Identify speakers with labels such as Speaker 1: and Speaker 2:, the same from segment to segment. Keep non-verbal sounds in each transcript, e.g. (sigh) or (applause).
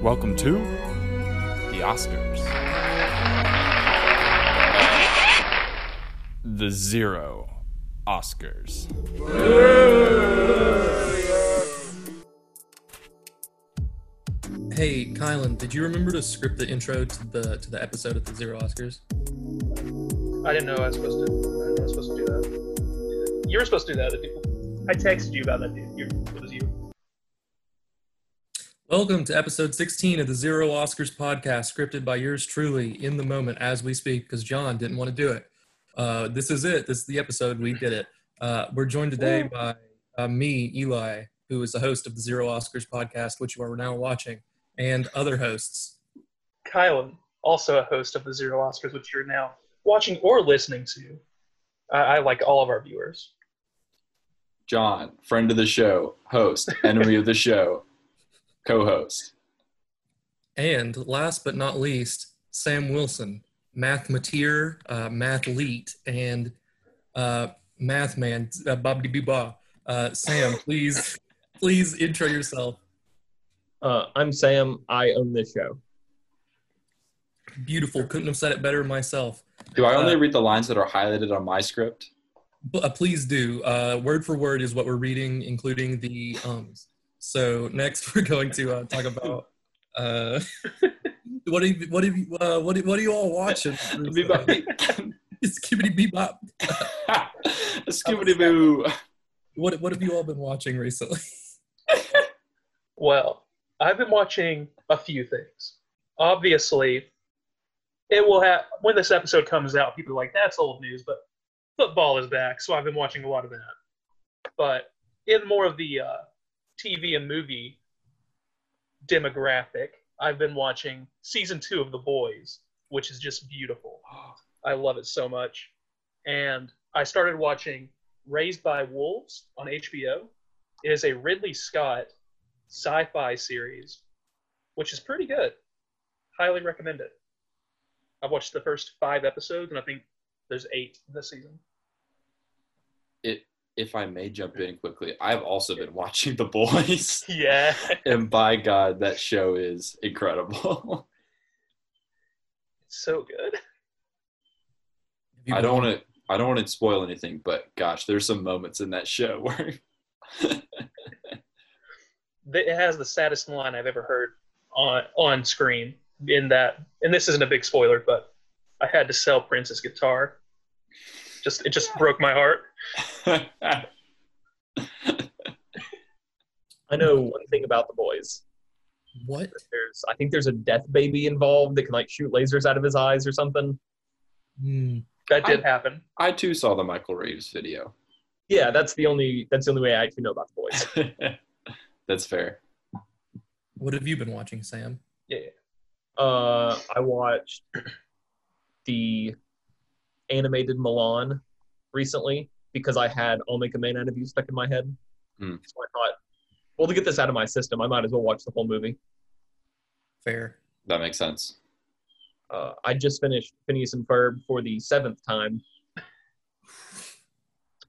Speaker 1: Welcome to the Oscars. The Zero Oscars.
Speaker 2: Hey, Kylan, did you remember to script the intro to the to the episode at the Zero Oscars?
Speaker 3: I didn't know I was supposed to. I didn't know I was supposed to do that. You were supposed to do that. The dude- I texted you about that dude. You, it was you.
Speaker 2: Welcome to episode 16 of the Zero Oscars podcast, scripted by yours truly in the moment as we speak, because John didn't want to do it. Uh, this is it. This is the episode. We did it. Uh, we're joined today by uh, me, Eli, who is the host of the Zero Oscars podcast, which you are now watching, and other hosts.
Speaker 3: Kylan, also a host of the Zero Oscars, which you're now watching or listening to. I, I like all of our viewers.
Speaker 4: John, friend of the show, host, enemy of the show, co-host.
Speaker 2: And last but not least, Sam Wilson, mathemateer, uh, mathlete, and uh, math man, uh, bobbity boo bah. Uh, Sam, please, please intro yourself.
Speaker 5: Uh, I'm Sam. I own this show.
Speaker 2: Beautiful. Couldn't have said it better myself.
Speaker 4: Do I
Speaker 1: Uh,
Speaker 4: only read the lines that are highlighted on my script?
Speaker 2: But, uh, please do. Uh, word for word is what we're reading, including the ums. So next, (laughs) we're going to uh, talk about uh, (laughs) what have you, what have you, uh, what, do- what are you all watching? (laughs) Skibbity bebop.
Speaker 1: (laughs)
Speaker 4: Scooby Doo.
Speaker 2: What what have you all been watching recently? (laughs)
Speaker 3: Well, I've been watching a few things. Obviously, it will have when this episode comes out, people are like, "That's old news," but football is back, so I've been watching a lot of that. But in more of the uh, TV and movie demographic, I've been watching season two of The Boys, which is just beautiful. I love it so much, and I started watching Raised by Wolves on HBO. It is a Ridley Scott sci-fi series, which is pretty good. Highly recommend it. I've watched the first five episodes, and I think there's eight this season.
Speaker 4: It, if I may jump in quickly, I've also been watching The Boys, (laughs)
Speaker 3: Yeah,
Speaker 4: and by God, that show is incredible.
Speaker 3: (laughs)
Speaker 4: (laughs)
Speaker 3: it's so good.
Speaker 4: I don't want to. I don't want to spoil anything, but gosh, there's some moments in that show (laughs) where
Speaker 3: Th- It has the saddest line I've ever heard on on screen. In that, and this isn't a big spoiler, but I had to sell Prince's guitar. Just it just broke my heart.
Speaker 5: I know one thing about the boys.
Speaker 2: What?
Speaker 5: There's, I think there's a death baby involved that can like shoot lasers out of his eyes or something.
Speaker 2: Hmm.
Speaker 3: That did happen.
Speaker 4: (laughs) I too saw the Michael Reeves video. (laughs)
Speaker 5: Yeah, that's the only that's the only way I actually know about the boys.
Speaker 4: That's fair.
Speaker 2: What have you been watching, Sam?
Speaker 5: Uh, I watched the animated Milan recently because I had I'll Make a Man Out of You stuck in my head.
Speaker 4: Hmm.
Speaker 5: So I thought, well, to get this out of my system, I might as well watch the whole movie.
Speaker 2: Fair.
Speaker 4: That makes sense.
Speaker 5: Uh, I just finished Phineas and Ferb for the seventh time.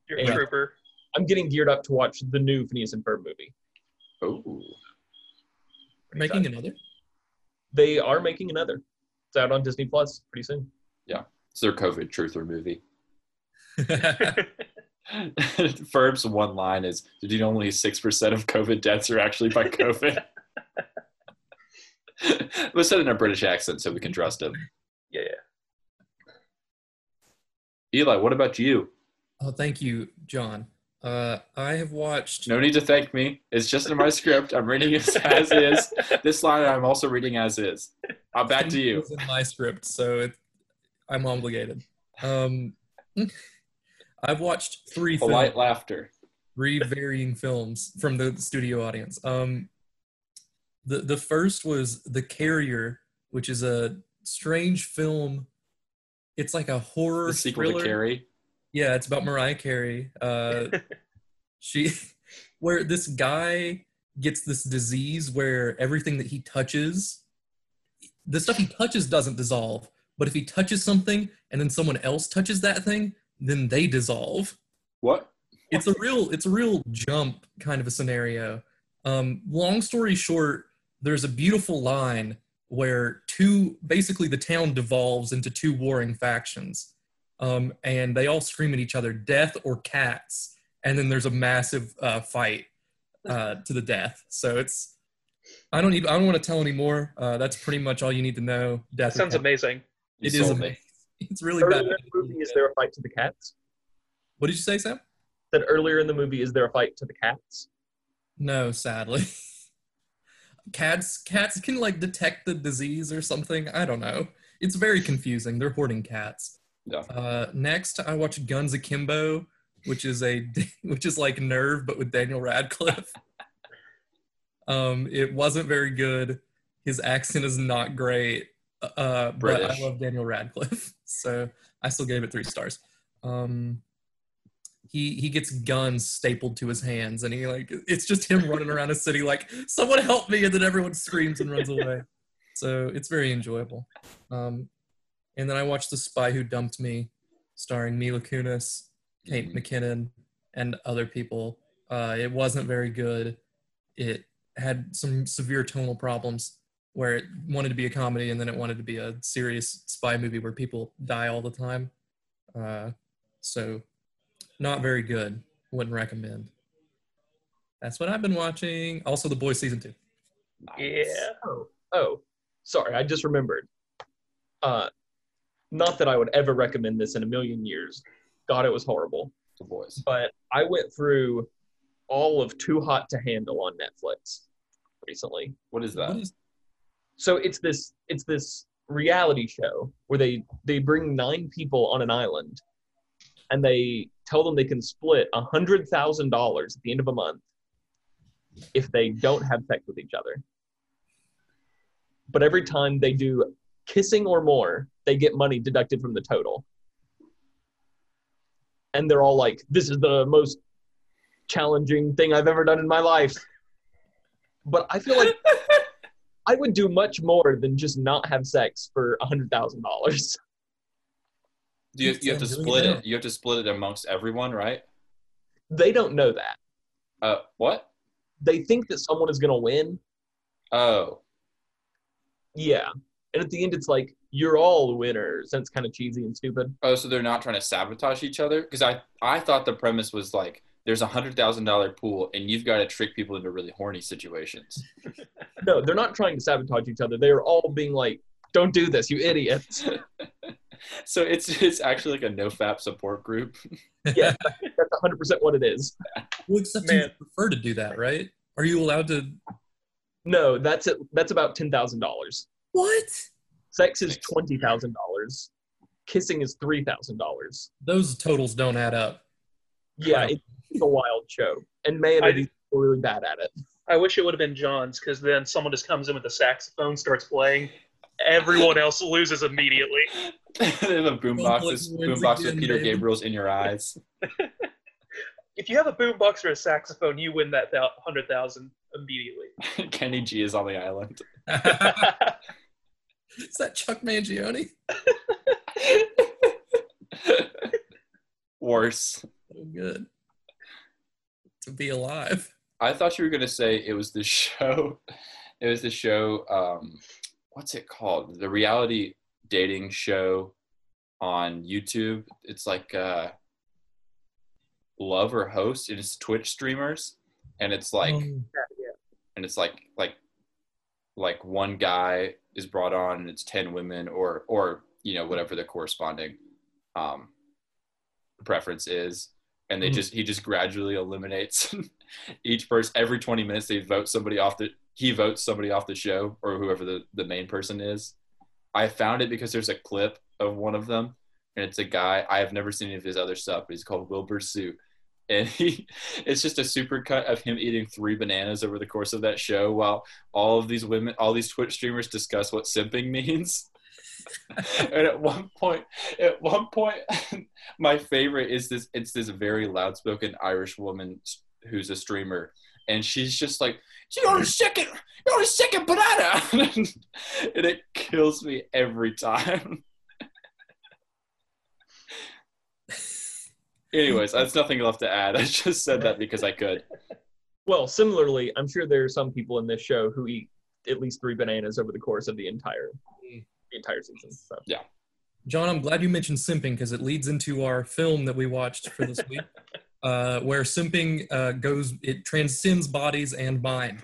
Speaker 3: You're a
Speaker 5: Yeah.
Speaker 3: trooper.
Speaker 5: I'm getting geared up to watch the new Phineas and Ferb movie.
Speaker 4: Oh,
Speaker 2: Making another?
Speaker 5: they are making another. It's out on Disney Plus pretty soon.
Speaker 4: it's their COVID truther movie. (laughs) Ferb's one line is, "Did you know only six percent of COVID deaths are actually
Speaker 3: (laughs)
Speaker 4: by COVID?" (laughs) Let's said in a British accent so we can trust him.
Speaker 3: Yeah,
Speaker 4: Eli, what about you?
Speaker 2: (laughs) oh, thank you, John. Uh, I have watched.
Speaker 4: No need to thank me. It's just in my script. I'm reading it as is. This line I'm also reading as is. I'm back to
Speaker 2: (laughs)
Speaker 4: you.
Speaker 2: It's in my script, so it, I'm obligated. Um, (laughs) I've watched three films,
Speaker 4: Polite laughter.
Speaker 2: three varying films from the studio audience. Um, the the first was The Carrier, which is a strange film. It's like a horror
Speaker 4: The sequel
Speaker 2: thriller.
Speaker 4: to Carrie.
Speaker 2: Yeah, it's about Mariah Carey. Uh, she, where this guy gets this disease where everything that he touches, the stuff he touches doesn't dissolve. But if he touches something and then someone else touches that thing, then they dissolve.
Speaker 4: What?
Speaker 2: It's a real, it's a real jump kind of a scenario. Um, long story short, there's a beautiful line where two basically the town devolves into two warring factions um, and they all scream at each other death or cats and then there's a massive uh, fight uh, to the death so it's i don't even i don't want to tell anymore uh, that's pretty much all you need to know death
Speaker 3: That sounds
Speaker 2: or cats.
Speaker 3: amazing.
Speaker 4: You
Speaker 2: it is
Speaker 4: sold me.
Speaker 2: amazing it's really
Speaker 5: Earlier
Speaker 2: bad
Speaker 5: in the movie, is there a fight to the cats?
Speaker 2: what did you say sam
Speaker 5: That earlier in the movie, is there a fight to the cats?
Speaker 2: No, sadly. (laughs) Cats cats can like detect the disease or something. I don't know. It's very confusing. They're hoarding cats.
Speaker 4: Yeah.
Speaker 2: Uh, next, I watched Guns Akimbo, which is a (laughs) which is like Nerve but with Daniel
Speaker 4: (laughs)
Speaker 2: Radcliffe. um, it wasn't very good. His accent is not great. Uh, but I
Speaker 4: British.
Speaker 2: love Daniel Radcliffe, (laughs) so I still gave it three stars. Um, he he gets guns stapled to his hands and he like it's just him running around a city like someone help me and then everyone screams and runs
Speaker 4: (laughs)
Speaker 2: away so it's very enjoyable um, and then i watched the spy who dumped me starring mila kunis kate
Speaker 4: Mhm.
Speaker 2: mckinnon and other people uh, it wasn't very good it had some severe tonal problems where it wanted to be a comedy and then it wanted to be a serious spy movie where people die all the time uh, so not very good. Wouldn't recommend. That's what I've been watching. Also, The Boys season two.
Speaker 3: Yeah.
Speaker 5: Oh, oh, sorry, I just remembered. Uh, not that I would ever recommend this in a million years. God, it was horrible.
Speaker 4: The boys.
Speaker 5: But I went through all of Too Hot to Handle on Netflix recently.
Speaker 4: What is that?
Speaker 2: What is-
Speaker 5: So it's this it's this reality show where they they bring nine people on an island, and they tell them they can split a hundred thousand dollars at the end of a month if they don't have sex with each other. But every time they do kissing or more, they get money deducted from the total. And they're all like, "This is the most challenging thing I've ever done in my life." But I feel like I would do much more than just not have sex for a hundred thousand dollars. (laughs)
Speaker 4: Do you, you have to
Speaker 2: Sam, do we
Speaker 4: split
Speaker 2: know?
Speaker 4: it. You have to split it amongst everyone, right?
Speaker 5: They don't know that.
Speaker 4: Uh, what?
Speaker 5: They think that someone is gonna win.
Speaker 4: Oh,
Speaker 5: Yeah. And at the end it's like, you're all winners. And it's kind of cheesy and stupid.
Speaker 4: oh. So they're not trying to sabotage each other? Because I, I thought the premise was like there's a hundred thousand dollar pool, and you've got to trick people into really horny situations. (laughs)
Speaker 5: No, they're not trying to sabotage each other. They are all being like, Don't do this, you idiots. (laughs)
Speaker 4: So it's it's actually like a nofap support group. (laughs)
Speaker 5: That's hundred percent what it is.
Speaker 2: well, except you
Speaker 3: Man.
Speaker 2: prefer to do that, right? Are you allowed to?
Speaker 5: No, that's it that's about ten thousand dollars.
Speaker 2: What?
Speaker 5: Sex is
Speaker 4: Thanks.
Speaker 5: twenty thousand dollars. Kissing is three thousand dollars.
Speaker 2: Those totals don't add up. (laughs)
Speaker 5: Yeah,
Speaker 2: Wow.
Speaker 5: it- it's a wild show. And man,
Speaker 3: I-
Speaker 5: are really bad at it.
Speaker 3: I wish it would have been John's because then someone just comes in with a saxophone, starts playing. Everyone else loses immediately.
Speaker 4: they have a boombox.
Speaker 2: Public
Speaker 4: This
Speaker 2: wins
Speaker 4: boombox with
Speaker 2: again,
Speaker 4: Peter
Speaker 2: baby.
Speaker 4: Gabriel's "In Your Eyes." (laughs)
Speaker 3: If you have a boombox or a saxophone, you win that thou- hundred thousand immediately. (laughs)
Speaker 4: Kenny G is on the island.
Speaker 2: is that Chuck Mangione?
Speaker 4: Worse.
Speaker 2: So Oh, good to be alive.
Speaker 4: I thought you were gonna say it was the (laughs) show. It was the show. Um, what's it called? The reality dating show on YouTube. It's like uh, Love or Host, and it's Twitch streamers, and it's like
Speaker 2: Um,
Speaker 4: and it's like like like one guy is brought on and it's 10 women or or you know whatever the corresponding um preference is and they
Speaker 2: Mhm.
Speaker 4: just he just gradually eliminates (laughs) each person every 20 minutes they vote somebody off the he votes somebody off the show or whoever the, the main person is i found it because there's a clip of one of them and it's a guy i have never seen any of his other stuff but he's called wilbur sue and he (laughs) it's just a supercut of him eating three bananas over the course of that show while all of these women all these twitch streamers discuss what simping (laughs) means and at one point at one point (laughs) my favorite is this it's this very loudspoken irish woman s- who's a streamer and she's just like you're on a second you're on a second banana (laughs) and it kills me every (laughs) time anyways that's nothing left to add i just said that because i could
Speaker 5: Well, similarly, I'm sure there are some people in this show who eat at least three bananas over the course of the entire
Speaker 2: Mm.
Speaker 5: the entire season. So
Speaker 2: John, I'm glad you mentioned simping because it leads into our film that we watched for this week, uh, where simping uh, goes, it transcends bodies and mind.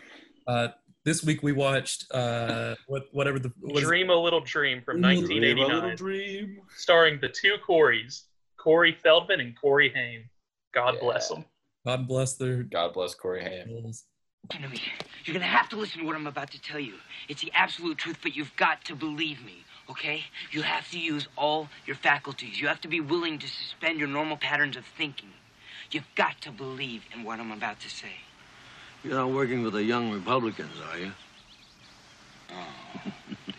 Speaker 2: Uh, this week we watched uh, what, whatever the what is-
Speaker 3: Dream a Little Dream from
Speaker 2: Dream a Little
Speaker 4: Dream a little
Speaker 3: 1989,
Speaker 4: dream.
Speaker 3: starring the two Coreys, Corey Feldman and Corey Haim. God
Speaker 4: Yeah.
Speaker 3: bless them.
Speaker 2: God bless their
Speaker 4: God bless Corey Haim.
Speaker 2: souls.
Speaker 6: Listen to me. You're gonna have to listen to what I'm about to tell you. It's the absolute truth, but you've got to believe me, okay? You have to use all your faculties. You have to be willing to suspend your normal patterns of thinking. You've got to believe in what I'm about to say.
Speaker 7: You're not working with the young Republicans, are you?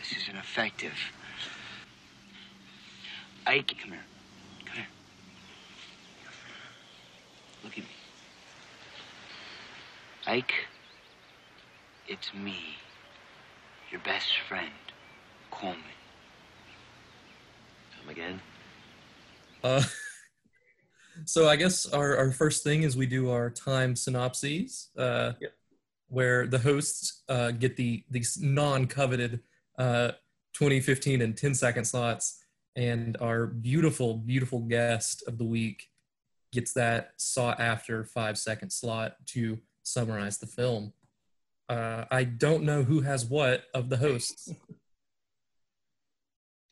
Speaker 6: This isn't effective. Ike, come here. Come here. Look at me. Ike, it's me, your best friend, Coleman.
Speaker 7: Come again?
Speaker 2: Uh, (laughs) so I guess our, our first thing is we do our time synopses, uh,
Speaker 3: Yep.
Speaker 2: where the hosts uh, get the these non-coveted uh, 2015 and 10 second slots, and our beautiful, beautiful guest of the week gets that sought after five second slot to summarize the film. Uh, I don't know who has what of the hosts.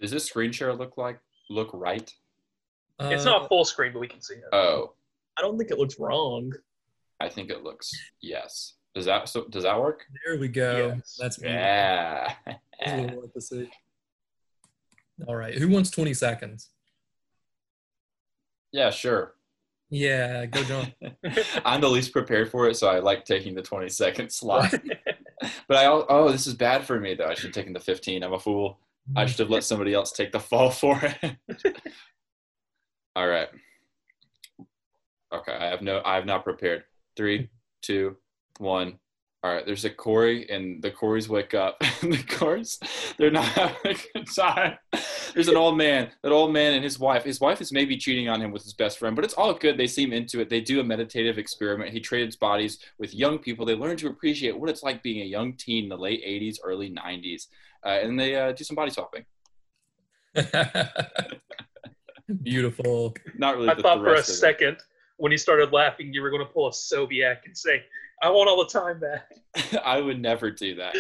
Speaker 4: Does this screen share look like look right?
Speaker 3: It's
Speaker 2: Uh,
Speaker 3: not full screen, but we can see it.
Speaker 4: Oh,
Speaker 5: I don't think it looks wrong.
Speaker 4: I think it looks yes. Does that so does that work?
Speaker 2: There we go.
Speaker 3: Yes.
Speaker 2: That's beautiful.
Speaker 4: Yeah. (laughs)
Speaker 2: That's what I wanted to see. All right. Who wants 20 seconds?
Speaker 4: Yeah, sure.
Speaker 2: Yeah, go John.
Speaker 4: I'm the least prepared for it, so I like taking the 20 second slot. but I al- oh, this is bad for me though. I should have taken the 15. I'm a fool. I should have let somebody else take the fall for it. (laughs) All right. Okay, I have no. I have not prepared. Three, two, one. All right. There's a Corey, and the Corys wake up. (laughs) and the Corys, they're not having a good time. There's an old man. That old man and his wife. His wife is maybe cheating on him with his best friend, but it's all good. They seem into it. They do a meditative experiment. He trades bodies with young people. They learn to appreciate what it's like being a young teen in the late '80s, early '90s, uh, and they uh, do some body swapping.
Speaker 2: (laughs) Beautiful. (laughs)
Speaker 4: Not really.
Speaker 3: I
Speaker 4: the,
Speaker 3: thought
Speaker 4: the
Speaker 3: for a
Speaker 4: rest of it.
Speaker 3: second when you started laughing, you were going to pull a Sobiak and say, "I want all the time back." (laughs)
Speaker 4: (laughs) I would never do that.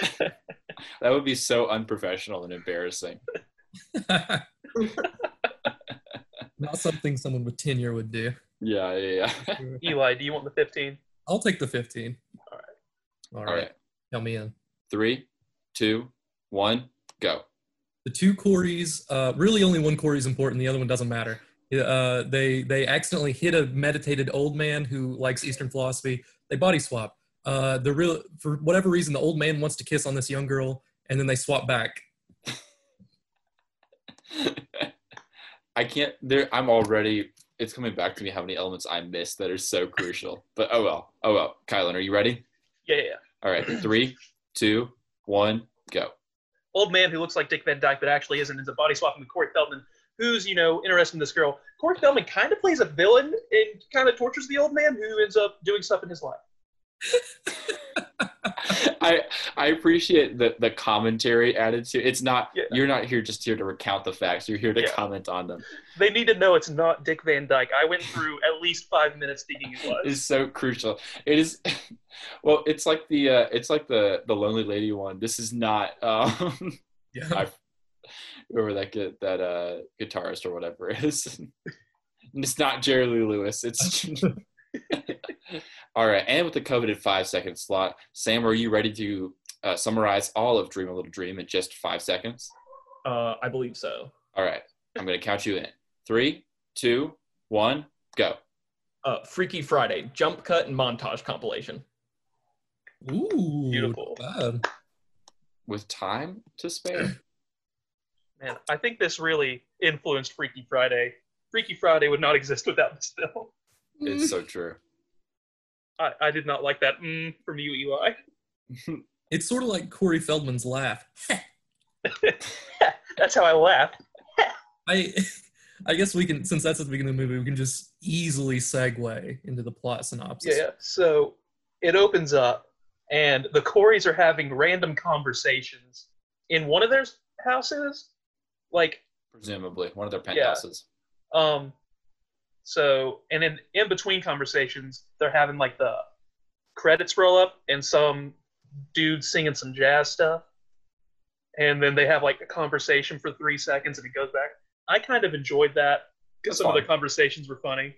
Speaker 4: that would be so unprofessional and embarrassing.
Speaker 2: Not something someone with tenure would do.
Speaker 4: Yeah, yeah, yeah. (laughs)
Speaker 3: Eli, do you want the 15?
Speaker 2: I'll take the 15.
Speaker 3: All
Speaker 2: All right.
Speaker 4: All right.
Speaker 2: Tell me in.
Speaker 4: Three, two, one, go.
Speaker 2: The two Corys, uh, really only one Corey's important, the other one doesn't matter. Uh, they they accidentally hit a meditated old man who likes Eastern philosophy. They body swap. Uh, the real for whatever reason, the old man wants to kiss on this young girl, and then they swap back.
Speaker 4: I can't there I'm already it's coming back to me how many elements I missed that are so crucial. But oh well. Oh well. Kylan, are you ready?
Speaker 3: Yeah, yeah, yeah.
Speaker 4: All right. Three, two, one, go. (laughs)
Speaker 3: Old man who looks like Dick Van Dyke but actually isn't ends up body swapping with Corey Feldman, who's you know interested in this girl. Corey Feldman kind of plays a villain and kind of tortures the old man who ends up doing stuff in his life.
Speaker 4: I I appreciate the the commentary added to it's not
Speaker 3: Yeah.
Speaker 4: you're not here just here to recount the facts, you're here to
Speaker 3: Yeah.
Speaker 4: comment on them.
Speaker 3: They need to know it's not Dick Van Dyke. I went through at least five minutes thinking it was.
Speaker 4: is so crucial. It is (laughs) well, it's like the uh, it's like the the lonely lady one. This is not (laughs) um
Speaker 2: Yeah.
Speaker 4: I, whoever that gu- that uh guitarist or whatever (laughs) it is. It's not Jerry Lee Lewis. It's (laughs) all right. And with the coveted five second slot, Sam, are you ready to uh, summarize all of Dream a Little Dream in just five seconds?
Speaker 5: Uh, I believe so.
Speaker 4: All right, I'm gonna count you in. Three, two, one, go.
Speaker 5: Uh, Freaky Friday, jump cut and montage compilation.
Speaker 2: Ooh,
Speaker 3: Beautiful.
Speaker 2: God.
Speaker 4: With time to spare.
Speaker 3: Man, I think this really influenced Freaky Friday. Freaky Friday would not exist without this film.
Speaker 4: It's so true.
Speaker 3: I, I did not like that mm, from you, Eli.
Speaker 2: It's sort of like Corey Feldman's laugh.
Speaker 3: That's how I laugh.
Speaker 2: I, (laughs) I guess we can, since that's at the beginning of the movie, we can just easily segue into the plot synopsis.
Speaker 3: Yeah. So it opens up and the Coreys are having random conversations in one of their houses. Like,
Speaker 4: presumably one of their
Speaker 3: Yeah.
Speaker 4: penthouses.
Speaker 3: um, so, and in, in between conversations, they're having like the credits roll up and some dude singing some jazz stuff. And then they have like a conversation for three seconds and it goes back. I kind of enjoyed that because
Speaker 4: That's
Speaker 3: some of
Speaker 4: fine.
Speaker 3: the conversations were funny.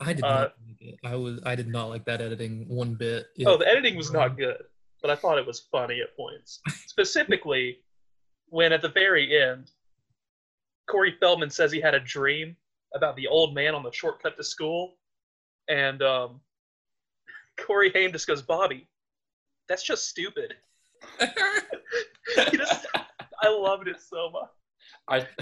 Speaker 2: I did
Speaker 3: Uh,
Speaker 2: not. Like it. I was. I did not like that editing one bit. It-
Speaker 3: Oh, the editing was not good, but I thought it was funny at points. Specifically, when at the very end, Corey Feldman says he had a dream about the old man on the shortcut to school, and um, (laughs) Corey Haim just goes, "Bobby, that's just stupid." (laughs) He just- I loved it so much.
Speaker 4: I (laughs)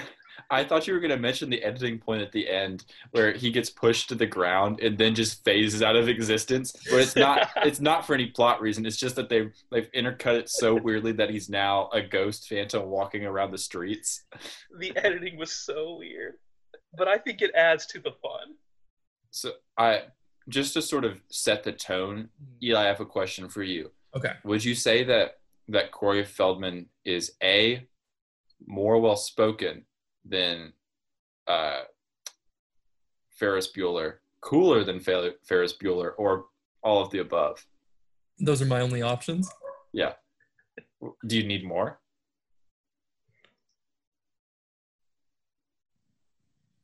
Speaker 4: I thought you were gonna mention the editing point at the end where he gets pushed to the ground and then just phases out of existence. But it's (laughs) not it's not for any plot reason. It's just that they they've intercut it so weirdly that he's now a ghost phantom walking around the streets.
Speaker 3: The editing was so weird, but I think it adds to the fun. (laughs)
Speaker 4: So I just to sort of set the tone, Eli, I have a question for you.
Speaker 2: Okay.
Speaker 4: Would you say that that Corey Feldman is a more well spoken than uh, Ferris Bueller, cooler than Fer- Ferris Bueller, or all of the above?
Speaker 2: Those are my only options.
Speaker 4: Do you need more?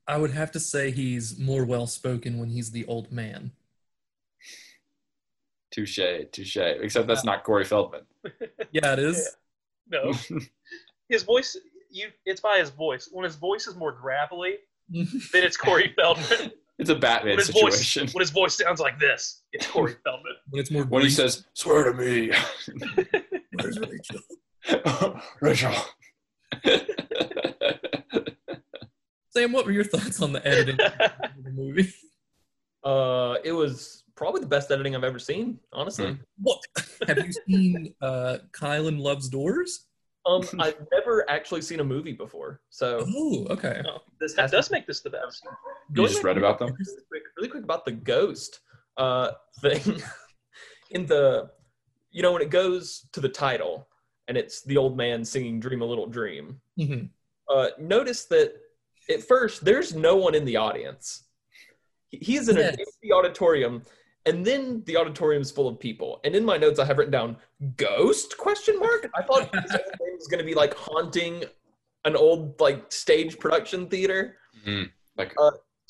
Speaker 2: I would have to say he's more well spoken when he's the old man.
Speaker 4: Touche, touche. Except that's not Corey Feldman.
Speaker 2: Yeah, it is.
Speaker 3: No,
Speaker 4: (laughs)
Speaker 3: his voice. You, it's by his voice. When his voice is more gravelly, then it's
Speaker 4: (laughs)
Speaker 3: Corey Feldman.
Speaker 4: it's a Batman
Speaker 3: when his
Speaker 4: situation.
Speaker 3: voice when his voice sounds like this, it's
Speaker 4: (laughs)
Speaker 3: Corey Feldman.
Speaker 2: (laughs) when it's more.
Speaker 4: When he
Speaker 2: brief.
Speaker 4: says, "Swear to me,
Speaker 2: Where's Rachel?
Speaker 4: (laughs) Rachel."
Speaker 2: Sam, what were your thoughts on the
Speaker 3: (laughs)
Speaker 2: editing of the movie?
Speaker 5: Uh, it was probably the best editing I've ever seen, honestly.
Speaker 2: What have you seen? Uh, Kylan loves doors.
Speaker 4: Hmm.
Speaker 5: Um,
Speaker 4: (laughs)
Speaker 5: I've never actually seen a movie before, so
Speaker 2: Oh, okay.
Speaker 5: this
Speaker 3: That
Speaker 5: has
Speaker 3: does make this the best.
Speaker 4: you just read about (laughs) them.
Speaker 5: really quick, really quick about the ghost uh, (laughs) thing in the you know when it goes to the title and it's the old man singing dream a little dream
Speaker 2: Mhm.
Speaker 5: uh, notice that at first there's no one in the audience He- he's in an
Speaker 2: Yes.
Speaker 5: empty auditorium and then the auditorium is full of people and in my notes i have written down ghost question mark i thought this whole thing was going to be like haunting an old like stage production theater
Speaker 4: Mm, like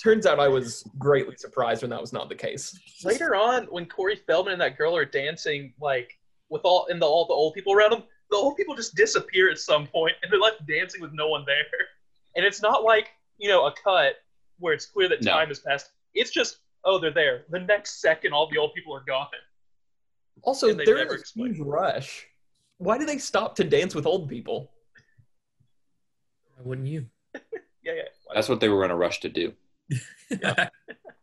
Speaker 5: turns out I was greatly surprised when that was not the case.
Speaker 3: Later on, when Corey Feldman and that girl are dancing, like with all and the all the old people around them, the old people just disappear at some point, and they're left dancing with no one there. (laughs) And it's not like you know a cut where it's clear that
Speaker 4: No.
Speaker 3: time has passed. It's just oh they're there. The next second, all the old people are gone.
Speaker 5: Also,
Speaker 3: And they
Speaker 5: there
Speaker 3: never
Speaker 5: is a
Speaker 3: explained
Speaker 5: huge rush. Why do they stop to dance with old people?
Speaker 2: Why wouldn't you?
Speaker 3: Yeah, yeah.
Speaker 4: That's what they were in a rush to do.
Speaker 2: (laughs)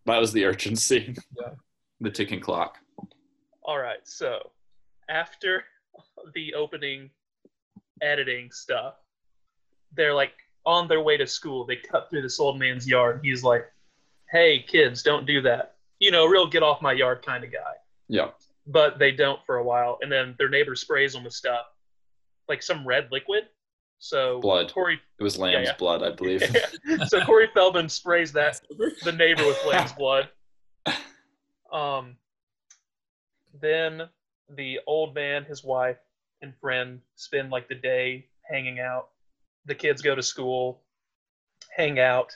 Speaker 4: That was the (laughs) urgency.
Speaker 5: Yeah.
Speaker 4: The ticking clock.
Speaker 3: All right, so after (laughs) the opening editing stuff, they're like on their way to school. They cut through this old man's yard. He's like, "Hey, kids, don't do that." You know, real get off my yard kind of guy.
Speaker 4: Yeah.
Speaker 3: But they don't for a while, and then their neighbor sprays them with stuff, like some red liquid. So
Speaker 4: Blood.
Speaker 3: Corey,
Speaker 4: It was lamb's
Speaker 3: yeah.
Speaker 4: blood, I believe.
Speaker 3: (laughs)
Speaker 4: (laughs)
Speaker 3: so Corey Feldman sprays that the neighbor with lamb's blood. Um, then the old man, his wife, and friend spend like the day hanging out. The kids go to school, hang out.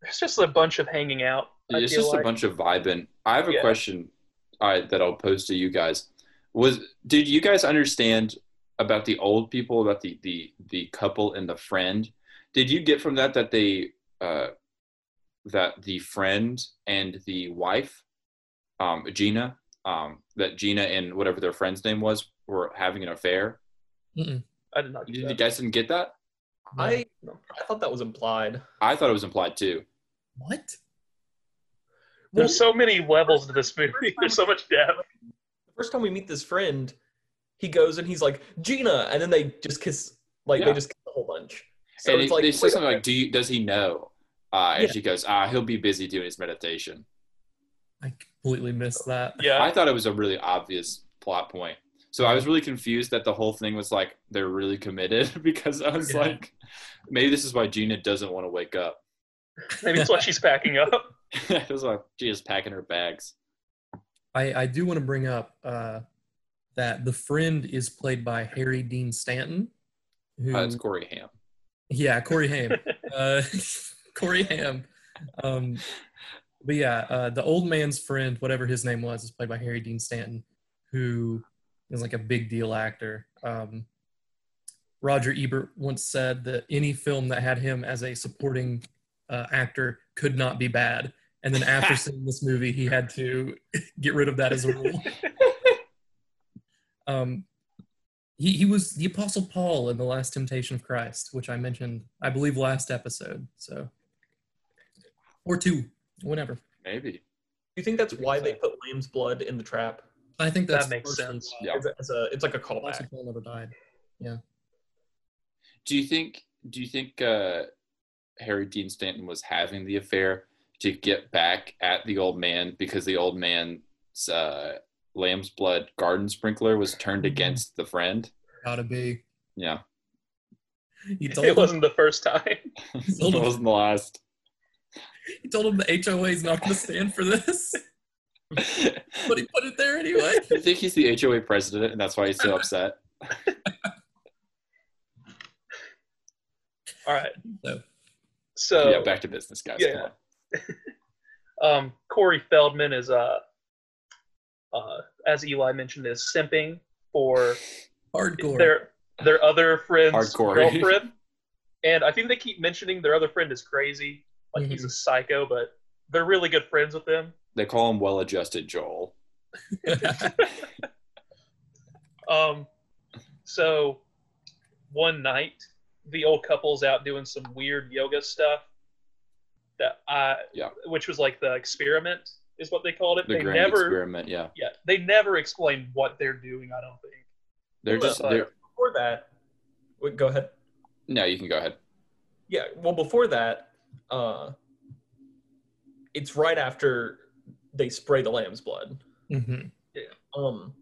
Speaker 3: There's just a bunch of hanging out. I
Speaker 4: it's
Speaker 3: feel
Speaker 4: just a
Speaker 3: like.
Speaker 4: bunch of vibing. I have a
Speaker 3: Yeah.
Speaker 4: question I, that I'll pose to you guys. Was did you guys understand about the old people, about the the the couple and the friend? Did you get from that that they uh, that the friend and the wife, um, Gina, um, that Gina and whatever their friend's name was were having an affair?
Speaker 3: I did not
Speaker 4: You,
Speaker 3: get
Speaker 4: you
Speaker 3: that.
Speaker 4: guys didn't get that?
Speaker 5: I I thought that was implied.
Speaker 4: I thought it was implied too.
Speaker 2: What?
Speaker 3: There's so many levels to this movie. There's so much depth.
Speaker 5: The first time we meet this friend, he goes and he's like Gina, and then they just kiss. Like
Speaker 4: Yeah.
Speaker 5: they just kiss a whole bunch. So
Speaker 4: and
Speaker 5: it's
Speaker 4: it-
Speaker 5: like
Speaker 4: they say
Speaker 5: wait,
Speaker 4: something like, "Do you, does he know?" Uh, and
Speaker 5: Yeah.
Speaker 4: she goes, "Ah, he'll be busy doing his meditation."
Speaker 2: Like completely missed that.
Speaker 3: Yeah.
Speaker 4: I thought it was a really obvious plot point. So I was really confused that the whole thing was like they're really committed (laughs) because I was
Speaker 2: Yeah.
Speaker 4: like, maybe this is why Gina doesn't want to wake up. (laughs)
Speaker 3: Maybe that's why she's packing up.
Speaker 4: it was like she is packing her bags.
Speaker 2: I, I do want to bring up uh, that the friend is played by Harry Dean Stanton. Who,
Speaker 4: Uh, it's Corey Ham.
Speaker 2: Yeah, Corey Haim. uh, (laughs) Corey Haim. Um, but yeah, uh, the old man's friend, whatever his name was, is played by Harry Dean Stanton, who is like a big deal actor. Um, Roger Ebert once said that any film that had him as a supporting uh, actor could not be bad. And then after seeing this movie, he had to (laughs) get rid of that as a rule. um, he, he was the apostle paul in the last temptation of christ which i mentioned i believe last episode so or two whatever
Speaker 4: Maybe.
Speaker 5: you think that's why they put lamb's blood in the trap?
Speaker 2: i think that's
Speaker 3: That makes
Speaker 2: partially
Speaker 3: sense.
Speaker 2: why
Speaker 4: Yeah.
Speaker 5: As a, as a, it's like a
Speaker 2: the apostle
Speaker 5: callback.
Speaker 2: paul never died
Speaker 4: Do you think? Do you think uh, Harry Dean Stanton was having the affair to get back at the old man because the old man's uh, lamb's blood garden sprinkler was turned against the friend?
Speaker 2: gotta be
Speaker 4: Yeah, (laughs)
Speaker 2: he told,
Speaker 3: It
Speaker 2: him,
Speaker 3: wasn't the first time.
Speaker 2: he,
Speaker 4: it
Speaker 2: told him,
Speaker 4: wasn't the last.
Speaker 2: he told him the hoa is not gonna stand for this (laughs)
Speaker 4: (laughs)
Speaker 2: but he put it there anyway
Speaker 4: I think he's the HOA president, and that's why he's
Speaker 3: (laughs)
Speaker 4: so upset.
Speaker 3: All right.
Speaker 2: So-
Speaker 3: So
Speaker 4: yeah, back to business, guys.
Speaker 3: Oh. Yeah.
Speaker 4: Come on.
Speaker 3: um, Corey Feldman is uh, uh, as Eli mentioned, is simping for
Speaker 2: hardcore (laughs)
Speaker 3: their their other friend's
Speaker 4: Hardcore.
Speaker 3: girlfriend, and I think they keep mentioning their other friend is crazy, like he's a psycho, but they're really good friends with him.
Speaker 4: They call him well-adjusted Joel.
Speaker 3: Um, so one night, the old couple's out doing some weird yoga stuff. That I,
Speaker 4: Yeah.
Speaker 3: which was like the experiment is what they called it.
Speaker 4: The
Speaker 3: they
Speaker 4: grand
Speaker 3: never,
Speaker 4: experiment. Yeah,
Speaker 3: yeah, they never explained what they're doing. I don't think.
Speaker 4: they're
Speaker 5: Well,
Speaker 4: just
Speaker 3: uh,
Speaker 4: they're.
Speaker 5: Before that, wait, go ahead.
Speaker 4: No, you can go ahead.
Speaker 5: Yeah, well, before that, uh, it's right after they spray the lamb's blood.
Speaker 2: Mhm.
Speaker 5: Um,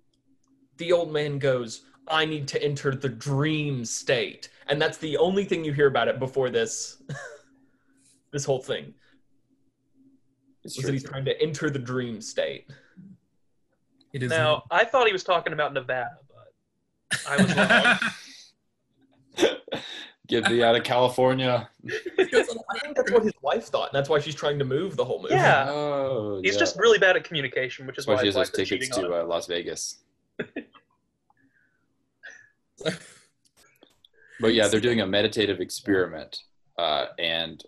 Speaker 5: the old man goes, "I need to enter the dream state," and that's the only thing you hear about it before this. (laughs) this whole thing
Speaker 4: It's
Speaker 5: was that
Speaker 4: true.
Speaker 5: he's trying to enter the dream state.
Speaker 2: it is
Speaker 3: Now I thought he was talking about Nevada, but I was
Speaker 2: (laughs)
Speaker 3: wrong.
Speaker 4: Get me out
Speaker 3: (laughs)
Speaker 4: of California.
Speaker 5: I think that's what his wife thought, and that's why she's trying to move the whole movie.
Speaker 3: Yeah.
Speaker 4: Oh,
Speaker 3: Uh, He's
Speaker 4: yeah.
Speaker 3: just really bad at communication, which is
Speaker 4: That's why
Speaker 3: why
Speaker 4: she
Speaker 3: his
Speaker 4: has those
Speaker 3: wife is
Speaker 4: tickets
Speaker 3: cheating on him.
Speaker 4: to uh, Las Vegas. But yeah, they're doing a meditative experiment, uh, and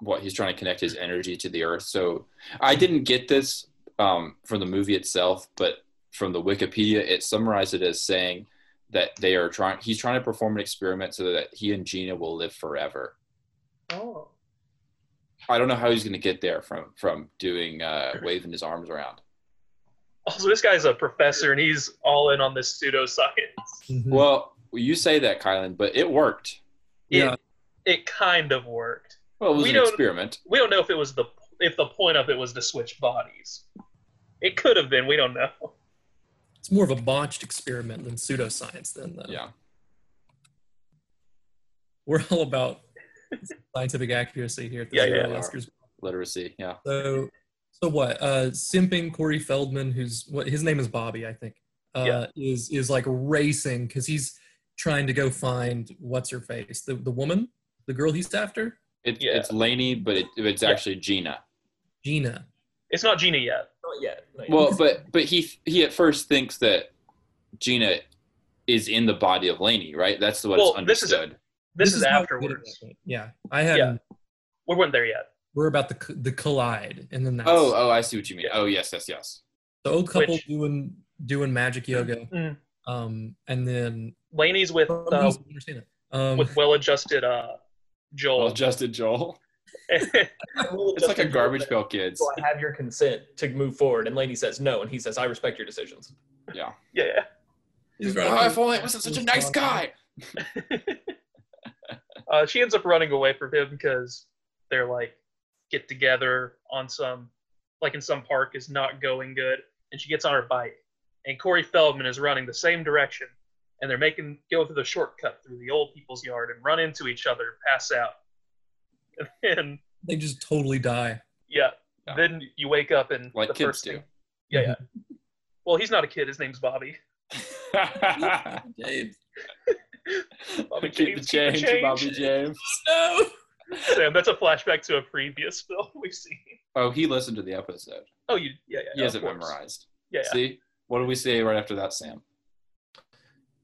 Speaker 4: what he's trying to connect his energy to the earth. So I didn't get this um, from the movie itself, but from the Wikipedia, it summarized it as saying that they are trying. He's trying to perform an experiment so that he and Gina will live forever. uh,
Speaker 3: Oh,
Speaker 4: I don't know how he's going to get there from from doing uh, waving his arms around.
Speaker 3: also this guy's a professor, and he's all in on this pseudoscience.
Speaker 2: Mhm.
Speaker 4: Well, you say that, Kylan, but it worked.
Speaker 2: Yeah.
Speaker 3: It, it kind of worked.
Speaker 4: Well, it was
Speaker 3: We
Speaker 4: an
Speaker 3: don't-
Speaker 4: experiment.
Speaker 3: We don't know if it was the if the point of it was to switch bodies. It could have been. We don't know.
Speaker 2: it's more of a botched experiment than pseudoscience then though
Speaker 4: Yeah.
Speaker 2: we're all about scientific accuracy here at the
Speaker 3: Yeah,
Speaker 2: Zero
Speaker 4: yeah.
Speaker 2: Oscars
Speaker 4: Literacy. Yeah.
Speaker 2: So, so what? Uh, simping Corey Feldman, who's what his name is Bobby, I think, uh, is is like racing because he's trying to go find what's her face, the the woman, the girl he's after,
Speaker 4: It,
Speaker 3: Yeah.
Speaker 4: It's Laney, but it, it's
Speaker 3: Yeah.
Speaker 4: actually Gina.
Speaker 2: Gina.
Speaker 3: It's not Gina yet.
Speaker 5: Not yet. not yet.
Speaker 4: Well, but but he he at first thinks that Gina is in the body of Laney, right? That's what
Speaker 3: Well,
Speaker 4: it's
Speaker 3: this is-
Speaker 4: understood.
Speaker 3: This, is,
Speaker 2: how we did it,
Speaker 3: afterwards.
Speaker 2: I think. Yeah, I had.
Speaker 3: Yeah.
Speaker 2: not
Speaker 3: We weren't there yet.
Speaker 2: We're about the c- the collide, and then that's
Speaker 4: oh, oh, I see what you mean. Oh, yes, yes, yes.
Speaker 2: the old couple
Speaker 3: which-
Speaker 2: doing doing magic yoga,
Speaker 3: Mm.
Speaker 2: um, and then
Speaker 3: Laney's with uh,
Speaker 2: I understand it. Um,
Speaker 3: with well-adjusted uh,
Speaker 4: Well,
Speaker 3: Joel.
Speaker 4: adjusted Joel.
Speaker 3: (laughs)
Speaker 5: Well,
Speaker 4: It's like a
Speaker 5: Justin
Speaker 4: garbage
Speaker 5: Timberlake,
Speaker 4: pail kids.
Speaker 5: So I have your consent to move forward, and Laney says no, and he says I respect your decisions.
Speaker 3: yeah.
Speaker 2: he's right.
Speaker 4: Oh, if only I wasn't such a nice (laughs) guy.
Speaker 3: Uh, she ends up running away from him because they're like get together on some like in some park, is not going good, and she gets on her bike. And Corey Feldman is running the same direction, and they're making go through the shortcut through the old people's yard and run into each other, and pass out, and then
Speaker 2: They just totally die.
Speaker 3: yeah,
Speaker 4: Yeah.
Speaker 3: then you wake up and
Speaker 4: Like
Speaker 3: the
Speaker 4: kids
Speaker 3: first
Speaker 4: do.
Speaker 3: thing, yeah, yeah.
Speaker 4: (laughs)
Speaker 3: Well, he's not a kid. His name's Bobby.
Speaker 2: James.
Speaker 3: Bobby
Speaker 4: keep the
Speaker 3: James, keep the
Speaker 4: change,
Speaker 3: change.
Speaker 4: Bobby James.
Speaker 2: No.
Speaker 3: Sam, that's a flashback to a previous film we've seen.
Speaker 4: Oh, he listened to the episode.
Speaker 3: Oh, you, yeah, yeah.
Speaker 4: He
Speaker 3: of
Speaker 4: has it
Speaker 3: course.
Speaker 4: memorized.
Speaker 3: Yeah, yeah.
Speaker 4: See, what do we say right after that, Sam?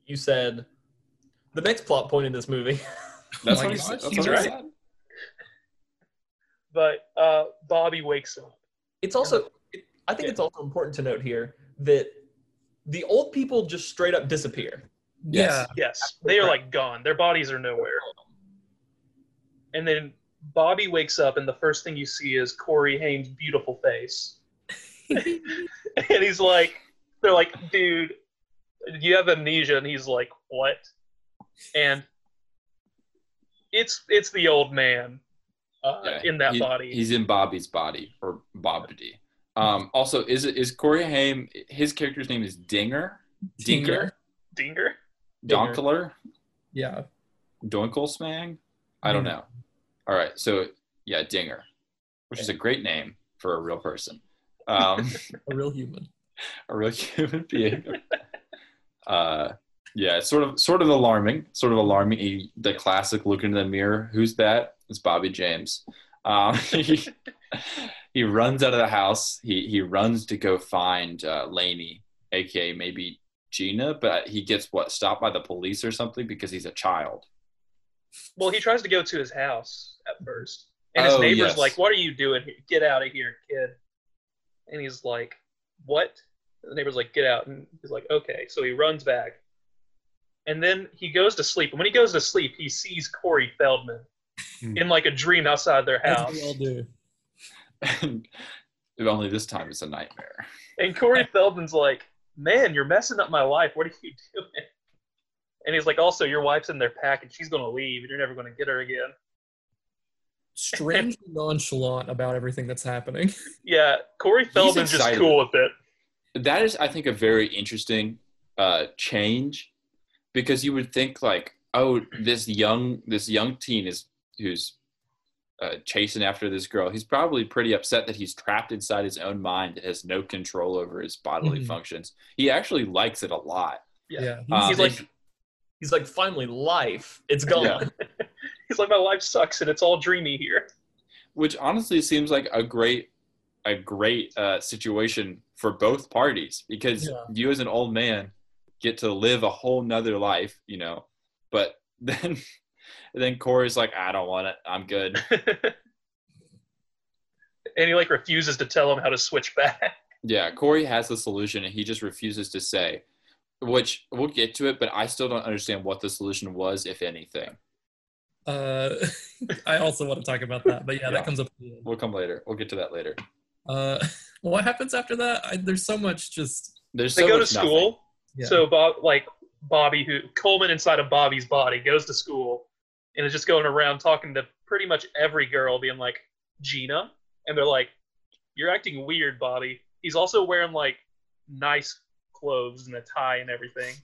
Speaker 5: You said the next plot point in this movie.
Speaker 4: That's
Speaker 3: Oh
Speaker 2: my
Speaker 4: what he
Speaker 2: gosh,
Speaker 4: said. That's
Speaker 2: he's
Speaker 4: what he
Speaker 3: right.
Speaker 4: said.
Speaker 3: But uh, Bobby wakes up.
Speaker 5: It's also, it, I think it's also important to note here that the old people just straight up disappear.
Speaker 2: Yeah.
Speaker 3: Yes, they are like gone. Their bodies are nowhere. And then Bobby wakes up, and the first thing you see is Corey Haim's beautiful
Speaker 4: (laughs)
Speaker 3: face. and he's like, they're like, dude, you have amnesia. And he's like, what? And it's it's the old man uh,
Speaker 4: Yeah,
Speaker 3: in that
Speaker 4: he-
Speaker 3: body.
Speaker 4: He's in Bobby's body or Bobby. Um, also, is it is Corey Haim? His character's name is Dinger, Dinker,
Speaker 3: Dinger?
Speaker 2: Dinger.
Speaker 4: Donkler,
Speaker 2: Yeah.
Speaker 4: Doinklesmang. I don't
Speaker 3: Mm-hmm.
Speaker 2: Yeah.
Speaker 4: know. All right, so yeah, Dinger, which is a great name for a real person, um,
Speaker 2: A real human.
Speaker 4: a real (laughs) human being. Uh, yeah, it's sort of sort of alarming, sort of alarming. He- the classic look into the mirror. Who's that? It's Bobby James. Um, (laughs) he, he runs out of the house. He he runs to go find uh, Laney, aka maybe Gina, but he gets what stopped by the police or something because he's a child. (laughs)
Speaker 3: Well, he tries to go to his house at first, and his
Speaker 4: Oh,
Speaker 3: neighbor's
Speaker 4: yes.
Speaker 3: like, "What are you doing here? Get out of here, kid!" And he's like, "What?" And the neighbor's like, "Get out!" And he's like, "Okay." So he runs back, and then he goes to sleep. And when he goes to sleep, he sees Corey Feldman
Speaker 1: Hmm.
Speaker 3: in like a dream outside their
Speaker 2: As
Speaker 3: house,
Speaker 2: we all do.
Speaker 4: And only this time it's a nightmare.
Speaker 3: and Corey Feldman's like, "Man, you're messing up my life. What are you (laughs) doing?" And he's like, "Also, your wife's in their pack, and she's gonna leave, and you're never gonna get her again."
Speaker 2: Strangely nonchalant about everything that's happening.
Speaker 3: Yeah, Corey Feldman's just
Speaker 4: excited.
Speaker 3: cool with it.
Speaker 4: that is i think a very interesting uh, change because you would think like oh this young this young teen is who's uh, chasing after this girl he's probably pretty upset that he's trapped inside his own mind and has no control over his bodily
Speaker 2: Mhm.
Speaker 4: functions he actually likes it a lot
Speaker 3: Yeah.
Speaker 2: he's-
Speaker 4: Um,
Speaker 3: He's like,
Speaker 5: He's like, finally, life. It's gone. (laughs)
Speaker 4: Yeah.
Speaker 3: He's like, my life sucks and it's all dreamy here. (laughs)
Speaker 4: which honestly seems like a great a great uh, situation for both parties because
Speaker 2: Yeah.
Speaker 4: you as an old man get to live a whole nother life you know but (laughs) then then corey's like i don't want it i'm good
Speaker 3: (laughs) and he like refuses to tell him how to switch back.
Speaker 4: yeah corey has the solution and he just refuses to say which we'll get to it but i still don't understand what the solution was if anything
Speaker 2: uh, (laughs) I also want to talk about that, but yeah,
Speaker 4: Yeah.
Speaker 2: that comes up. at the end.
Speaker 4: we'll come later we'll get to that later
Speaker 2: Uh, (laughs) what happens after that? I, there's so much just.
Speaker 4: there's
Speaker 3: They
Speaker 4: so
Speaker 3: go to
Speaker 4: much nothing.
Speaker 3: school.
Speaker 2: Yeah.
Speaker 3: So Bob, like Bobby, who Coleman inside of Bobby's body goes to school and is just going around talking to pretty much every girl, being like Gina, and they're like, "You're acting weird, Bobby." He's also wearing like nice clothes and a tie and everything.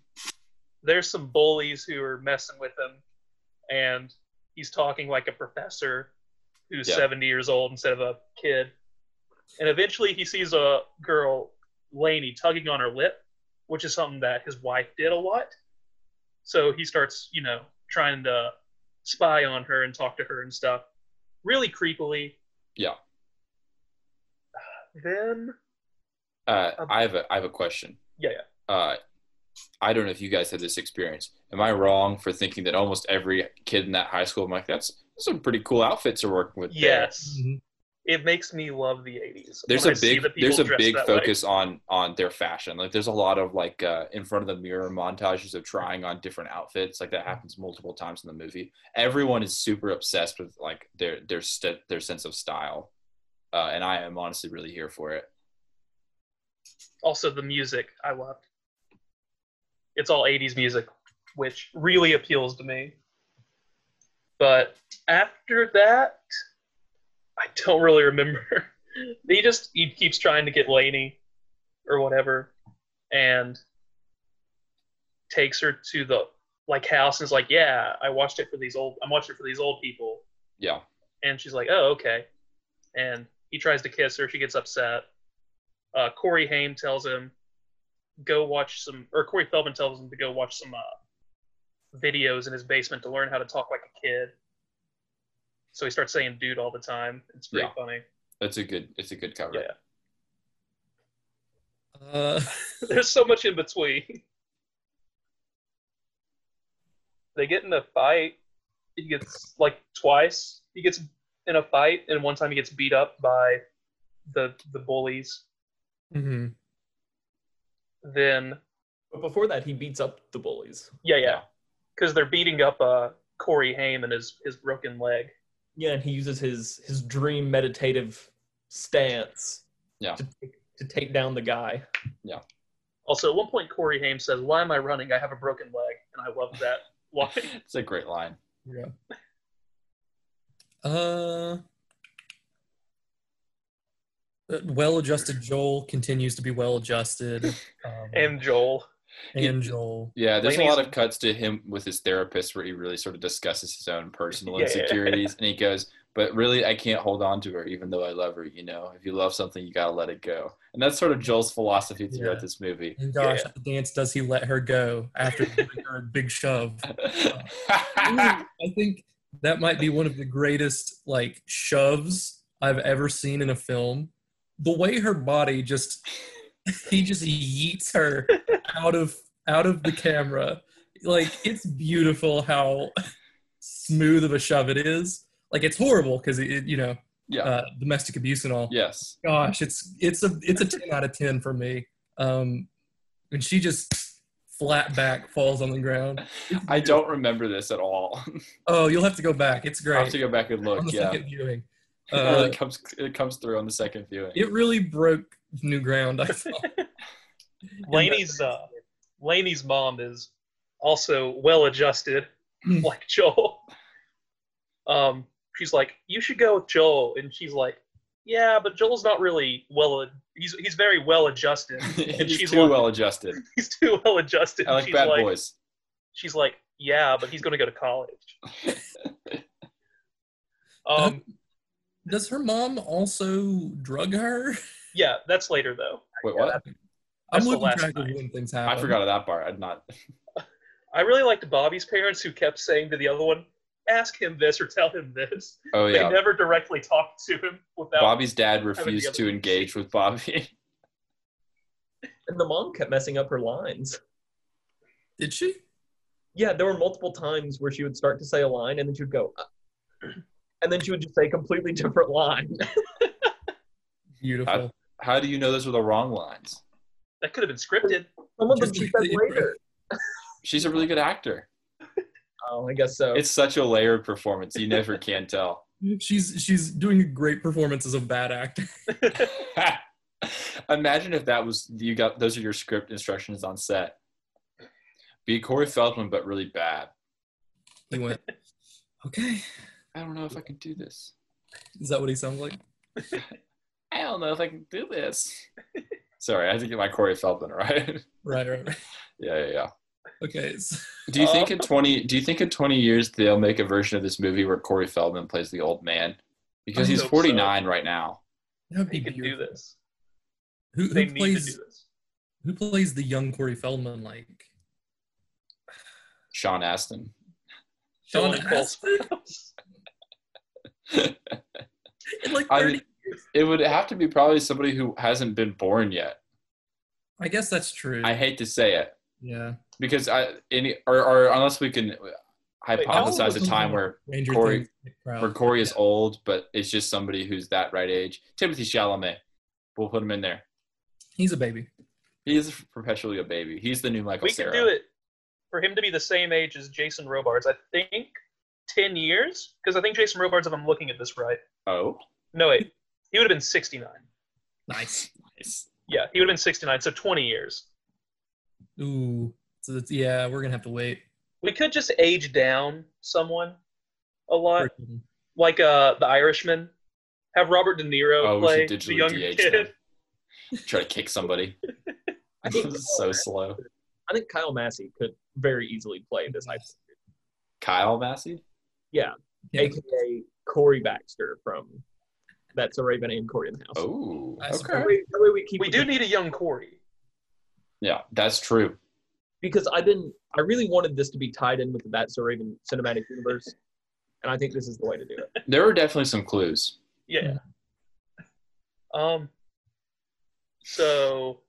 Speaker 3: There's some bullies who are messing with him, and he's talking like a professor who's
Speaker 4: Yeah.
Speaker 3: 70 years old instead of a kid. And eventually, he sees a girl, Lainey, tugging on her lip which is something that his wife did a lot. So he starts, you know, trying to spy on her and talk to her and stuff. Really creepily.
Speaker 4: Yeah.
Speaker 3: Then
Speaker 4: Uh, I have a I have a question.
Speaker 3: Yeah,
Speaker 4: yeah. Uh, I don't know if you guys had this experience. Am I wrong for thinking that almost every kid in that high school? I'm like, that's, that's some pretty cool outfits to work with. there."
Speaker 3: yes, it makes me love the 80s.
Speaker 4: There's
Speaker 3: when
Speaker 4: a
Speaker 3: I see
Speaker 4: big
Speaker 3: the people
Speaker 4: there's a
Speaker 3: dressed
Speaker 4: big
Speaker 3: that way.
Speaker 4: focus on on their fashion. Like there's a lot of like uh, in front of the mirror montages of trying on different outfits. Like that
Speaker 3: Mm-hmm.
Speaker 4: happens multiple times in the movie. Everyone is super obsessed with like their their st- their sense of style, uh, and I am honestly really here for it.
Speaker 3: Also, the music I loved. It's all 80s music, which really appeals to me. But after that, I don't really remember. (laughs) he just he keeps trying to get Lainey or whatever, and takes her to the like house and is like, "Yeah, I watched it for these old. I'm watching it for these old people."
Speaker 4: Yeah.
Speaker 3: And she's like, "Oh, okay." And he tries to kiss her. She gets upset. Uh, Corey Haim tells him, "Go watch some," or Corey Feldman tells him to go watch some uh, videos in his basement to learn how to talk like a kid. So he starts saying "dude" all the time. It's pretty
Speaker 4: Yeah.
Speaker 3: funny. (laughs)
Speaker 4: That's a good. It's a good cover.
Speaker 3: Yeah.
Speaker 2: Uh, (laughs)
Speaker 3: There's so much in between. (laughs) They get in a fight. He gets like twice. He gets in a fight, and one time he gets beat up by the the bullies.
Speaker 2: mhm.
Speaker 3: Then
Speaker 5: But before that, he beats up the bullies.
Speaker 3: yeah, yeah,
Speaker 4: Yeah.
Speaker 3: because they're beating up uh Corey Haim and his his broken leg.
Speaker 5: Yeah, and he uses his his dream meditative stance.
Speaker 4: Yeah.
Speaker 5: To, take- to take down the guy.
Speaker 3: Also, at one point, Corey Haim says, "Why am I running? I have a broken leg," and I love
Speaker 4: (laughs)
Speaker 3: that line.
Speaker 4: It's a great line.
Speaker 2: Uh, well adjusted uh, Joel continues to be well
Speaker 4: (laughs)
Speaker 2: adjusted. Um,
Speaker 3: and Joel,
Speaker 2: and Joel.
Speaker 4: Yeah, there's
Speaker 3: Laney's-
Speaker 4: a lot of cuts to him with his therapist where he really sort of discusses his own personal
Speaker 3: Yeah, yeah.
Speaker 4: insecurities, and he goes, "But really, I can't hold on to her, even though I love her. You know, if you love something, you gotta let it go." And that's sort of Joel's philosophy throughout
Speaker 2: Yeah.
Speaker 4: this movie.
Speaker 2: And gosh, at the dance does he let her go after giving her a big shove?
Speaker 4: Mm.
Speaker 2: (laughs) I think that might be one of the greatest like shoves I've ever seen in a film. The way her body just (laughs) he just yeets her out of out of the camera. Like it's beautiful how smooth of a shove it is. Like it's horrible because it, it, you know
Speaker 4: (laughs) yeah.
Speaker 2: uh, domestic abuse and all.
Speaker 4: yes.
Speaker 2: Gosh, it's it's a it's a ten out of ten for me. Um, and she just flat back falls on the ground.
Speaker 4: I don't remember this at all. (laughs)
Speaker 2: Oh, you'll have to go back. It's
Speaker 4: I have
Speaker 2: great.
Speaker 4: to go back and
Speaker 2: on
Speaker 4: look.
Speaker 2: the
Speaker 4: Yeah,
Speaker 2: second viewing.
Speaker 4: Well,
Speaker 2: Uh,
Speaker 4: (laughs) it comes it comes through on the second viewing.
Speaker 2: it really broke new ground. I thought.
Speaker 3: (laughs) Laney's uh, Laney's mom is also well adjusted, (laughs)
Speaker 4: Hmm.
Speaker 3: like Joel. Um, she's like, you should go with Joel, and she's like, yeah, but Joel's not really well. He's he's very well
Speaker 4: (laughs)
Speaker 3: adjusted.
Speaker 4: (laughs) He's
Speaker 3: she's
Speaker 4: too
Speaker 3: like-
Speaker 4: well adjusted.
Speaker 3: He's too well adjusted.
Speaker 4: I like
Speaker 3: she's
Speaker 4: bad
Speaker 3: like,
Speaker 4: boys.
Speaker 3: She's like, yeah, but he's gonna go to college. um,
Speaker 2: Does her mom also drug her?
Speaker 3: yeah, that's later though.
Speaker 4: Wait, what?
Speaker 2: I'm
Speaker 3: That's the
Speaker 2: losing
Speaker 3: last
Speaker 2: track
Speaker 3: night.
Speaker 2: of when things happen.
Speaker 4: I forgot that part. I'd not.
Speaker 3: I really liked Bobby's parents who kept saying to the other one, ask him this or tell him this.
Speaker 4: Oh
Speaker 3: They
Speaker 4: yeah.
Speaker 3: never directly talked to him without
Speaker 4: Bobby's dad
Speaker 3: the
Speaker 4: refused
Speaker 3: other
Speaker 4: to
Speaker 3: one.
Speaker 4: engage with Bobby.
Speaker 5: And the mom kept messing up her lines.
Speaker 2: Did she?
Speaker 5: Yeah, there were multiple times where she would start to say a line and then she would go, uh, and then she would just say a completely (laughs) different line.
Speaker 2: Beautiful.
Speaker 4: How do you know those were the wrong lines?
Speaker 3: That could have been scripted.
Speaker 5: Some of them
Speaker 2: Just
Speaker 5: she said
Speaker 2: completely
Speaker 5: later.
Speaker 4: She's a really good actor.
Speaker 5: Oh, I guess so.
Speaker 4: It's such a layered performance. You never can tell. (laughs)
Speaker 2: She's she's doing a great performance as a bad actor.
Speaker 4: Imagine if that was you got those are your script instructions on set. Be Corey Feldman, but really bad.
Speaker 2: (laughs) He went, okay.
Speaker 4: I don't know if I can do this.
Speaker 2: Is that what he sounds like?
Speaker 4: I don't know if I can do this. (laughs) Sorry, I had to get my Corey Feldman right. (laughs)
Speaker 2: Right, right, right.
Speaker 4: yeah, yeah, yeah.
Speaker 2: Okay. so-
Speaker 4: Do you
Speaker 3: Oh.
Speaker 4: think in twenty? Do you think in twenty years they'll make a version of this movie where Corey Feldman plays the old man? Because
Speaker 3: I
Speaker 4: he's
Speaker 3: hope so.
Speaker 4: forty nine right now.
Speaker 2: that'd be
Speaker 3: He can do
Speaker 2: beautiful.
Speaker 3: this.
Speaker 2: Who,
Speaker 3: They
Speaker 2: who
Speaker 3: need to do
Speaker 2: plays
Speaker 3: this.
Speaker 2: who plays the young Corey Feldman like?
Speaker 4: Sean Astin.
Speaker 2: Sean
Speaker 3: Dylan Cole.
Speaker 2: Astin? (laughs) In like
Speaker 4: I
Speaker 2: 30
Speaker 4: mean, it would have to be probably somebody who hasn't been born yet.
Speaker 2: I guess that's true.
Speaker 4: I hate to say it
Speaker 2: yeah.
Speaker 4: because I any or, or unless we can
Speaker 3: how old
Speaker 4: hypothesize
Speaker 2: was
Speaker 4: a time
Speaker 2: he?
Speaker 4: where
Speaker 2: Ranger
Speaker 4: Corey-
Speaker 2: Things crowd.
Speaker 4: where Corey is old, but it's just somebody who's that right age. Timothy Chalamet. We'll put him in there.
Speaker 2: He's a baby.
Speaker 4: He is perpetually a baby. He's the new Michael.
Speaker 3: We
Speaker 4: Cera.
Speaker 3: can do it for him to be the same age as Jason Robards. I think ten years, because I think Jason Robards, if I'm looking at this right,
Speaker 4: Oh,
Speaker 3: no wait, he would have been 69.
Speaker 2: Nice.
Speaker 4: nice.
Speaker 3: Yeah, he would have been 69, so 20 years.
Speaker 2: Ooh. So that's, yeah, we're gonna have to wait.
Speaker 3: We could just age down someone a lot,
Speaker 2: Freaking-
Speaker 3: like uh, the Irishman. Have Robert De Niro
Speaker 4: Oh, we
Speaker 3: play
Speaker 4: should
Speaker 3: the
Speaker 4: digitally
Speaker 3: young
Speaker 4: DH
Speaker 3: kid.
Speaker 4: them. Try to
Speaker 3: (laughs)
Speaker 4: kick somebody. (laughs)
Speaker 5: I
Speaker 4: This
Speaker 5: think,
Speaker 4: is so slow.
Speaker 5: I think Kyle Massey could very easily play this. I
Speaker 4: Kyle Massey?
Speaker 2: Yeah.
Speaker 5: aka Corey Baxter from That's a Raven and Corey in the House.
Speaker 4: Oh,
Speaker 2: I
Speaker 4: okay.
Speaker 5: That way- that way we keep
Speaker 3: We
Speaker 5: it-
Speaker 3: do need a young Corey.
Speaker 4: Yeah, that's true.
Speaker 5: because I've been I really wanted this to be tied in with the That's a Raven cinematic universe, and I think this is the way to do it.
Speaker 4: There were definitely some clues.
Speaker 3: Yeah.
Speaker 4: Hmm.
Speaker 3: Um. So,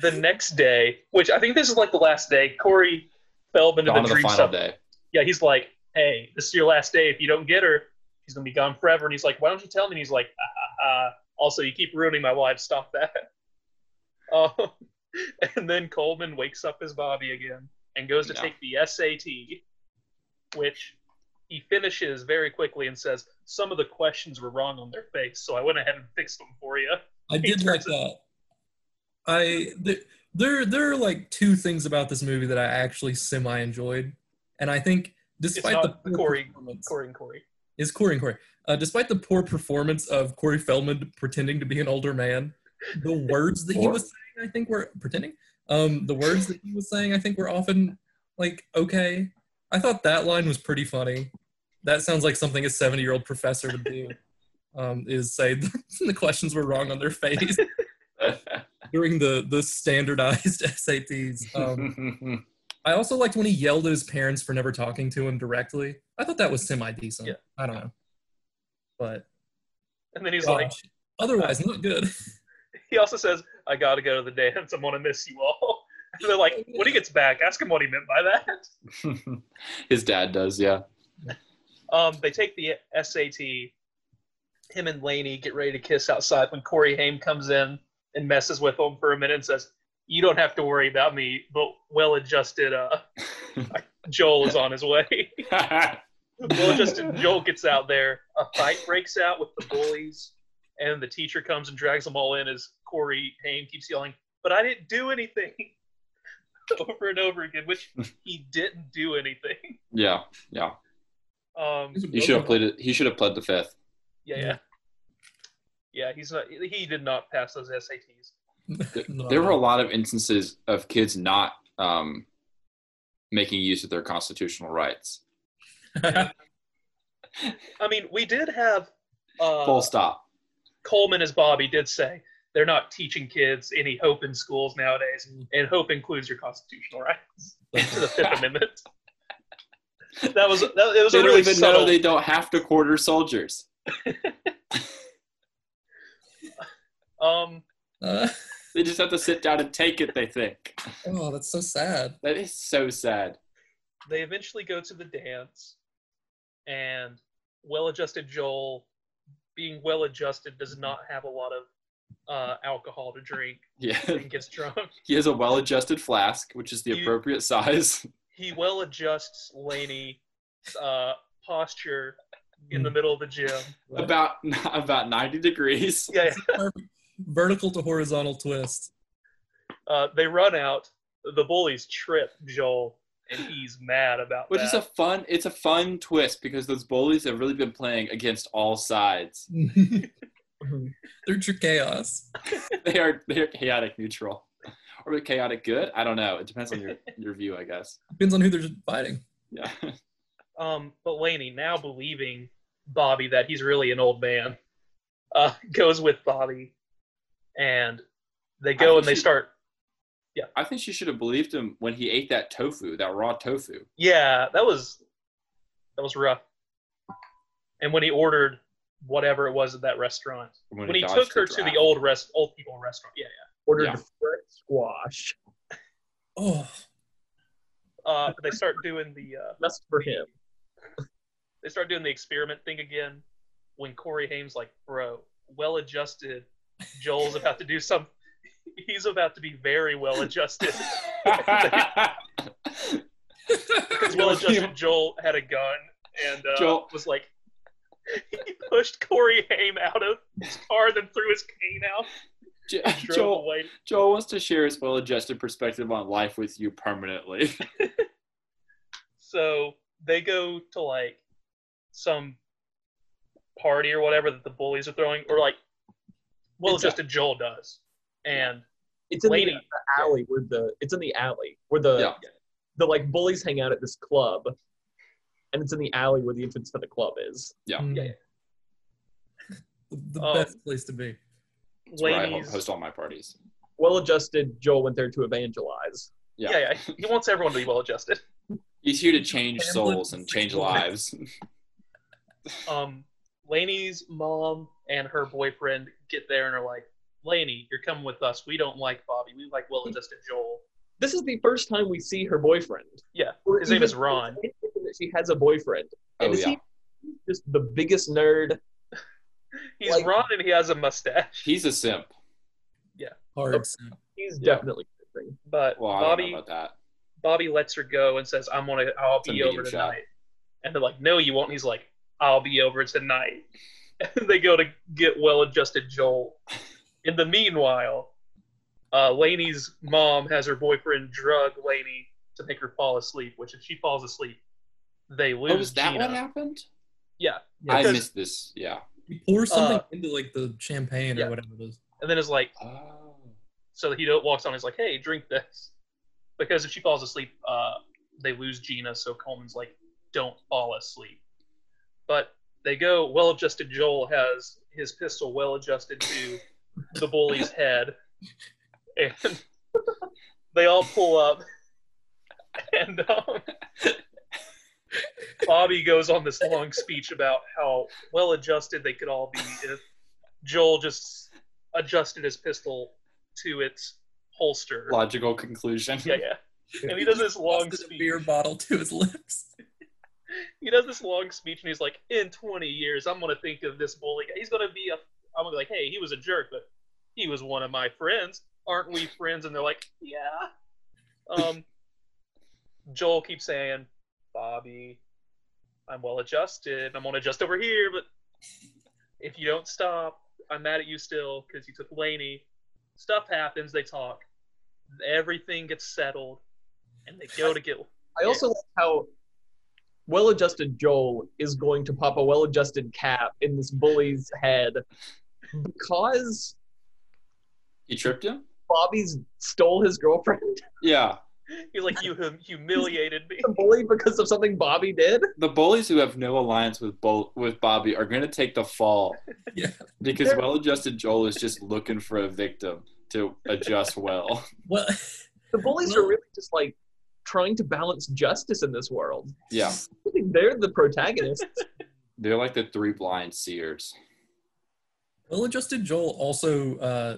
Speaker 3: the next day, which I think this is like the last day, Corey fell into
Speaker 4: On
Speaker 3: the
Speaker 4: to the
Speaker 3: dream
Speaker 4: final
Speaker 3: sub-
Speaker 4: day.
Speaker 3: Yeah, he's like, "Hey, this is your last day. If you don't get her, she's gonna be gone forever." And he's like, "Why don't you tell me?" And he's like, ah, ah, ah. "Also, you keep ruining my life. Stop that." (laughs) Um, and then Coleman wakes up as Bobby again and goes to
Speaker 4: No.
Speaker 3: take the SAT, which he finishes very quickly and says, "Some of the questions were wrong on their face, so I went ahead and fixed them for you."
Speaker 2: I did like that. I th- there there are like two things about this movie that I actually semi enjoyed, and I think despite
Speaker 3: not
Speaker 2: the poor
Speaker 3: Corey-
Speaker 2: performance,
Speaker 3: Corey and Corey.
Speaker 2: is Corey and Corey. Uh, despite the poor performance of Corey Feldman pretending to be an older man, the words that he
Speaker 4: Or-
Speaker 2: was saying, I think, were pretending. Um, the words that he was saying, I think, were often like okay. I thought that line was pretty funny. That sounds like something a seventy-year-old professor would do. Um, is say (laughs) the questions were wrong on their face during the the standardized (laughs) SATs. Um, I also liked when he yelled at his parents for never talking to him directly. I thought that was semi decent.
Speaker 3: Yeah.
Speaker 2: I don't know, but
Speaker 3: And then he's
Speaker 2: gosh,
Speaker 3: like,
Speaker 2: otherwise not good. (laughs)
Speaker 3: he also says, "I gotta go to the dance. I'm gonna miss you all." (laughs) And they're like, when he gets back, ask him what he meant by that.
Speaker 4: (laughs) His dad does, yeah.
Speaker 3: Um, they take the SAT. Him and Laney get ready to kiss outside when Corey Haim comes in and messes with them for a minute and says, "You don't have to worry about me, but well-adjusted uh, Joel is on his way." (laughs) well-adjusted Joel gets out there. A fight breaks out with the bullies, and the teacher comes and drags them all in as Corey Haim keeps yelling, "But I didn't do anything." (laughs) over and over again, which he didn't do anything.
Speaker 4: (laughs) yeah, yeah.
Speaker 3: Um,
Speaker 4: He should have played it. He should have pled the fifth.
Speaker 3: Yeah, yeah. Yeah, he's not he did not pass those SATs.
Speaker 2: No.
Speaker 4: There were a lot of instances of kids not um, making use of their constitutional rights.
Speaker 3: I mean, we did have uh,
Speaker 4: Full stop.
Speaker 3: Coleman as Bobby did say they're not teaching kids any hope in schools nowadays,
Speaker 4: Mm.
Speaker 3: and hope includes your constitutional
Speaker 4: (laughs)
Speaker 3: rights to the Fifth Amendment. That was that, it was
Speaker 4: They
Speaker 3: a
Speaker 4: don't
Speaker 3: really
Speaker 4: even
Speaker 3: subtle.
Speaker 4: know they don't have to quarter soldiers.
Speaker 3: um,
Speaker 2: Uh,
Speaker 4: They just have to sit down and take it. They think
Speaker 2: oh, that's so sad.
Speaker 4: that is so sad.
Speaker 3: they eventually go to the dance, and well-adjusted Joel, being well-adjusted, does not have a lot of uh, alcohol to drink
Speaker 4: Yeah, (laughs)
Speaker 3: and gets drunk.
Speaker 4: he has a well-adjusted flask, which is the
Speaker 3: You-
Speaker 4: appropriate size.
Speaker 3: he well adjusts Laney's uh, posture in
Speaker 4: Hmm.
Speaker 3: the middle of the gym.
Speaker 4: about (laughs) about 90 degrees
Speaker 3: Yeah,
Speaker 2: Perfect. Vertical to horizontal twist.
Speaker 3: (laughs) uh, they run out. The bullies trip Joel, and he's mad about
Speaker 4: which
Speaker 3: that.
Speaker 4: is a fun it's a fun twist because those bullies have really been playing against all
Speaker 3: (laughs)
Speaker 4: sides (laughs)
Speaker 2: They're true chaos.
Speaker 4: they are they're chaotic neutral or they're chaotic good i don't know it depends
Speaker 3: (laughs)
Speaker 4: on your your view i guess
Speaker 2: Depends on who they're fighting.
Speaker 4: yeah (laughs)
Speaker 3: um, but Laney, now believing Bobby that he's really an old man, uh, (laughs) goes with Bobby, and they go
Speaker 4: think
Speaker 3: and they
Speaker 4: she-
Speaker 3: start.
Speaker 4: i think she should have believed him when he ate that tofu that raw tofu
Speaker 3: Yeah, that was that was rough. And when he ordered whatever it was at that restaurant, when, he,
Speaker 4: dodged
Speaker 3: took her to the
Speaker 4: draft. (laughs)
Speaker 3: old rest, old people restaurant, yeah,
Speaker 5: Ordered
Speaker 4: Yeah.
Speaker 5: fresh squash.
Speaker 2: Oh,
Speaker 3: yeah. Uh, they start doing the uh,
Speaker 5: That's for him.
Speaker 3: they start doing the experiment thing again. When Corey Haim's like, "Bro, well-adjusted Joel's about to do some. He's about to be very well-adjusted
Speaker 4: (laughs)
Speaker 3: because well-adjusted Joel had a gun and uh,
Speaker 4: Joel-
Speaker 3: was like." (laughs) He pushed Corey Haim out of his car, then threw his cane out,
Speaker 4: Jo-
Speaker 3: drove
Speaker 4: Joel,
Speaker 3: away.
Speaker 4: Joel wants to share his well-adjusted perspective on life with you permanently. (laughs)
Speaker 3: So they go to like some party or whatever that the bullies are throwing, or like, well, it's just a Joel does, and
Speaker 5: It's in
Speaker 3: Lady.
Speaker 5: the uh, alley where the it's in the alley where the
Speaker 4: Yeah.
Speaker 5: the like bullies hang out at this club, and it's in the alley where the entrance to the club is.
Speaker 4: Yeah.
Speaker 2: Mm.
Speaker 3: Yeah, yeah.
Speaker 2: The
Speaker 3: Oh.
Speaker 2: best place to be.
Speaker 4: That's where I ho-
Speaker 3: ladies.
Speaker 4: host all my parties.
Speaker 5: Well-adjusted Joel went there to evangelize.
Speaker 4: Yeah.
Speaker 3: yeah, yeah, he wants everyone to be well adjusted.
Speaker 4: He's here to change
Speaker 2: Hamlet
Speaker 4: souls and
Speaker 2: is
Speaker 4: change
Speaker 2: like-
Speaker 4: lives.
Speaker 3: (laughs) um, Laney's mom and her boyfriend get there and are like, Laney, you're coming with us. We don't like Bobby. We like well adjusted Joel.
Speaker 5: This is the first time we see her boyfriend.
Speaker 3: Yeah.
Speaker 5: Or
Speaker 3: His name
Speaker 5: even-
Speaker 3: is Ron.
Speaker 5: That she has a boyfriend.
Speaker 4: Oh
Speaker 5: And is
Speaker 4: yeah,
Speaker 5: he just the biggest nerd?
Speaker 3: He's
Speaker 5: Like-
Speaker 3: Ron and he has a mustache.
Speaker 4: he's a simp.
Speaker 2: Hard.
Speaker 5: He's
Speaker 4: Yeah.
Speaker 5: definitely nerding.
Speaker 3: But
Speaker 4: Well, I don't
Speaker 3: Bobby
Speaker 4: know about that.
Speaker 3: Bobby lets her go and says, I'm gonna I'll
Speaker 4: It's a
Speaker 3: be
Speaker 4: medium
Speaker 3: over tonight.
Speaker 4: shot.
Speaker 3: And they're like, No, you won't. And he's like, I'll be over tonight. (laughs) And they go to get well adjusted Joel. In the meanwhile, uh, Laney's mom has her boyfriend drug Laney to make her fall asleep, which if she falls asleep, they lose.
Speaker 4: Oh, was that
Speaker 3: Gina.
Speaker 4: what happened?
Speaker 3: Yeah.
Speaker 4: I
Speaker 3: Because-
Speaker 4: missed this. Yeah.
Speaker 2: You pour something
Speaker 3: Uh,
Speaker 2: into like the champagne
Speaker 3: yeah.
Speaker 2: or whatever it is.
Speaker 3: And then it's like,
Speaker 4: Oh.
Speaker 3: so he don't- walks on. He's like, "Hey, drink this," because if she falls asleep, uh, they lose Gina. So Coleman's like, "Don't fall asleep." But they go well adjusted. Joel has his pistol well adjusted to the bully's head, and they all pull up. And um, Bobby goes on this long speech about how well adjusted they could all be if Joel just adjusted his pistol to its holster.
Speaker 4: Logical conclusion.
Speaker 3: Yeah, yeah. And he does this long
Speaker 2: Tosses a
Speaker 3: speech.
Speaker 2: beer bottle to his (laughs) lips.
Speaker 3: He does this long speech, and he's like, "In 20 years, I'm gonna think of this bully. Guy. He's gonna be a. I'm gonna be like, hey, he was a jerk, but he was one of my friends. Aren't we friends?" And they're like, "Yeah." Um. (laughs) Joel keeps saying, "Bobby, I'm well adjusted. I'm gonna adjust over here, but if you don't stop, I'm mad at you still because you took Laney." Stuff happens. They talk. Everything gets settled, and they go to get.
Speaker 5: I also like how well-adjusted Joel is going to pop a well-adjusted cap in this bully's head because
Speaker 4: He tripped him.
Speaker 5: Bobby's stole his girlfriend.
Speaker 4: Yeah.
Speaker 3: He's like, you hum- humiliated
Speaker 5: (laughs)
Speaker 3: me.
Speaker 5: The bully because of something Bobby did.
Speaker 4: The bullies who have no alliance with Bo- with Bobby are going to take
Speaker 3: (laughs)
Speaker 4: the fall
Speaker 2: Yeah.
Speaker 4: because
Speaker 5: They're-
Speaker 4: well-adjusted Joel is just looking for a victim to
Speaker 3: (laughs)
Speaker 4: adjust well.
Speaker 2: Well,
Speaker 5: The bullies are really just like trying to balance justice in this world.
Speaker 4: Yeah.
Speaker 5: I think They're the protagonists.
Speaker 4: They're like the three blind
Speaker 3: (laughs)
Speaker 4: seers.
Speaker 2: well adjusted Joel also uh,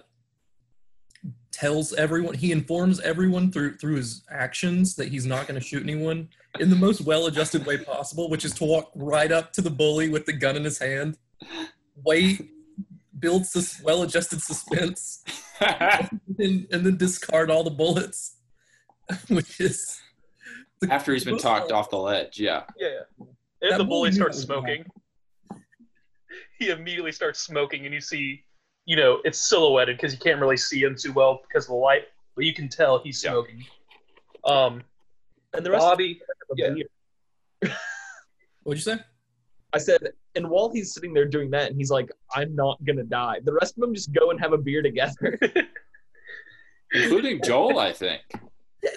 Speaker 2: tells everyone, he informs everyone through through his actions that he's not going to shoot anyone in the most well adjusted way possible, which is to walk right up to the bully with the gun in his hand, wait, build sus- well adjusted suspense, and, and then discard all the bullets, (laughs) which is. the-
Speaker 4: After he's been
Speaker 2: most
Speaker 4: talked
Speaker 2: powerful-
Speaker 4: off the ledge. Yeah.
Speaker 3: Yeah. yeah. And
Speaker 2: That
Speaker 3: the
Speaker 2: bully
Speaker 3: bully
Speaker 2: knew
Speaker 3: starts
Speaker 2: that was
Speaker 3: smoking. He immediately starts smoking, and you see, you know, it's silhouetted because you can't really see him too well because of the light, but you can tell he's
Speaker 4: Yeah.
Speaker 3: smoking. Um,
Speaker 5: (laughs) And the rest
Speaker 3: Bobby,
Speaker 5: of them
Speaker 3: yeah.
Speaker 5: are here.
Speaker 2: What'd you say?
Speaker 5: I said, and while he's sitting there doing that, and he's like, I'm not going to die. The rest of them just go and have a beer together. (laughs)
Speaker 4: Including Joel, I think.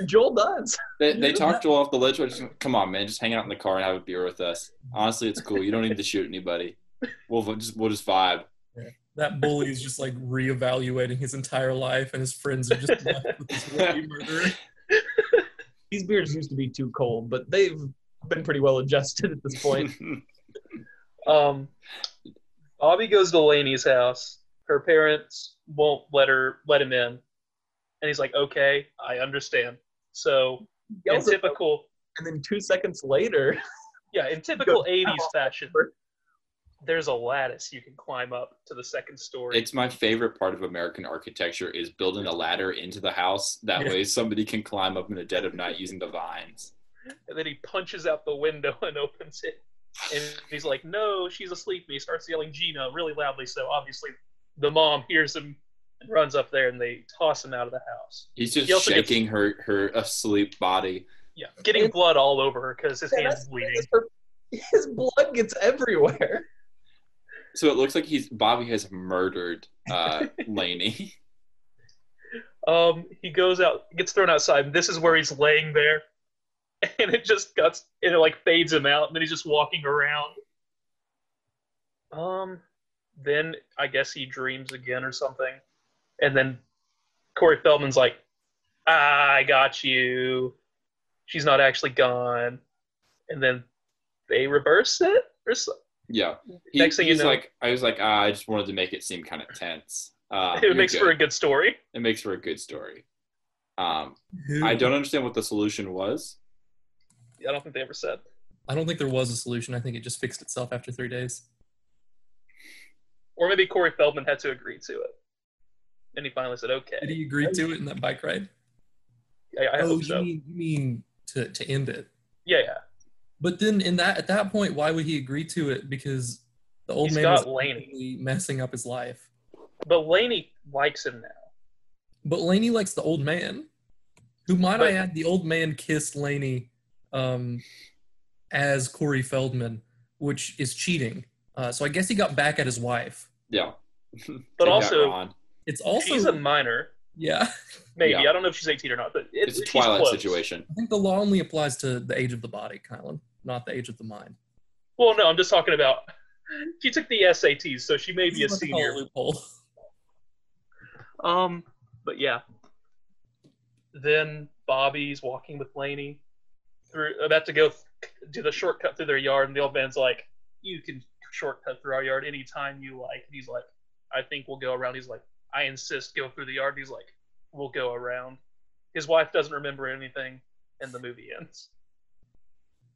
Speaker 5: Joel does.
Speaker 4: They, they talked Joel off the ledge. Just, Come on, man, just hang out in the car and have a beer with us. Honestly, it's cool. You don't need to shoot anybody. We'll v- just we'll just vibe.
Speaker 2: that bully is just like reevaluating his entire life, and his friends are just left with this rookie murderer.
Speaker 5: These beers used to be too cold, but they've been pretty well adjusted at this (laughs) point.
Speaker 3: um, Bobby goes to Laney's house. Her parents won't let her let him in, and he's like, "Okay, I understand." So, in
Speaker 5: Yells at them,
Speaker 3: typical,
Speaker 5: and then two seconds later,
Speaker 3: yeah, in typical '80s fashion,
Speaker 5: over.
Speaker 3: there's a lattice you can climb up to the second story.
Speaker 4: (laughs) it's my favorite part of American architecture is building a ladder into the house. That
Speaker 2: Yeah.
Speaker 4: way, somebody can climb up in the dead of night using the vines.
Speaker 3: And then he punches out the window and (laughs) opens it. And he's like, no, she's asleep. And he starts yelling Gina really loudly. So obviously the mom hears him and runs up there and they toss him out of the house.
Speaker 4: He's just
Speaker 3: He also gets-
Speaker 4: shaking her her asleep body.
Speaker 3: Yeah, getting blood
Speaker 5: (laughs)
Speaker 3: all over her because his
Speaker 5: Yeah,
Speaker 3: hand's
Speaker 5: that's-
Speaker 3: bleeding.
Speaker 5: that's her- his blood gets everywhere.
Speaker 4: So it looks like he's Bobby has murdered uh, Laney.
Speaker 3: Um, he goes out, gets thrown outside. And this is where he's laying there, (laughs) and it just cuts, and it like fades him out, and then he's just walking around. Um, then I guess he dreams again or something, and then Corey Feldman's like, "I got you." She's not actually gone, and then they reverse it or so.
Speaker 4: Yeah. He,
Speaker 3: Next thing you
Speaker 4: he's
Speaker 3: know-
Speaker 4: like, I was like, ah, I just wanted to make it seem kind of tense. Uh,
Speaker 3: it makes for a good story.
Speaker 4: it makes for a good story. Um,
Speaker 2: Who-
Speaker 4: I don't understand what the solution was.
Speaker 3: I don't think they ever said.
Speaker 2: I don't think there was a solution. I think it just fixed itself after three days.
Speaker 3: Or maybe Corey Feldman had to agree to it. And he finally said, okay.
Speaker 2: Did he agree to it in that bike ride?
Speaker 3: I, I
Speaker 2: oh,
Speaker 3: hope
Speaker 2: you
Speaker 3: so.
Speaker 2: mean you mean to to end it?
Speaker 3: Yeah, yeah.
Speaker 2: But then in that at that point, why would he agree to it? Because the old
Speaker 3: He's
Speaker 2: man
Speaker 3: got
Speaker 2: was
Speaker 3: Laney.
Speaker 2: completely messing up his life.
Speaker 3: But Laney likes him now.
Speaker 2: But Laney likes the old man. Who might I
Speaker 3: But-
Speaker 2: add, the old man kissed Laney um, as Corey Feldman, which is cheating. Uh, so I guess he got back at his wife.
Speaker 4: Yeah. (laughs)
Speaker 3: But
Speaker 4: Take that,
Speaker 3: also,
Speaker 4: Ron.
Speaker 2: It's also
Speaker 3: she's a minor.
Speaker 2: yeah.
Speaker 3: Maybe.
Speaker 4: Yeah.
Speaker 3: I don't know if she's 18 or not, but it,
Speaker 4: it's a
Speaker 3: she's
Speaker 4: Twilight
Speaker 3: close.
Speaker 4: situation.
Speaker 2: I think the law only applies to the age of the body, Kylan, not the age of the mind.
Speaker 3: Well, no, I'm just talking about. (laughs) She took the SATs, so she may be a
Speaker 2: This is what they call
Speaker 3: senior.
Speaker 2: a loophole.
Speaker 3: Um, but yeah. Then Bobby's walking with Laney, through about to go th- do the shortcut through their yard, and the old man's like, "You can shortcut through our yard anytime you like." And he's like, "I think we'll go around." He's like, "I insist, go through the yard." And he's like, "We'll go around." His wife doesn't remember anything, and the movie ends.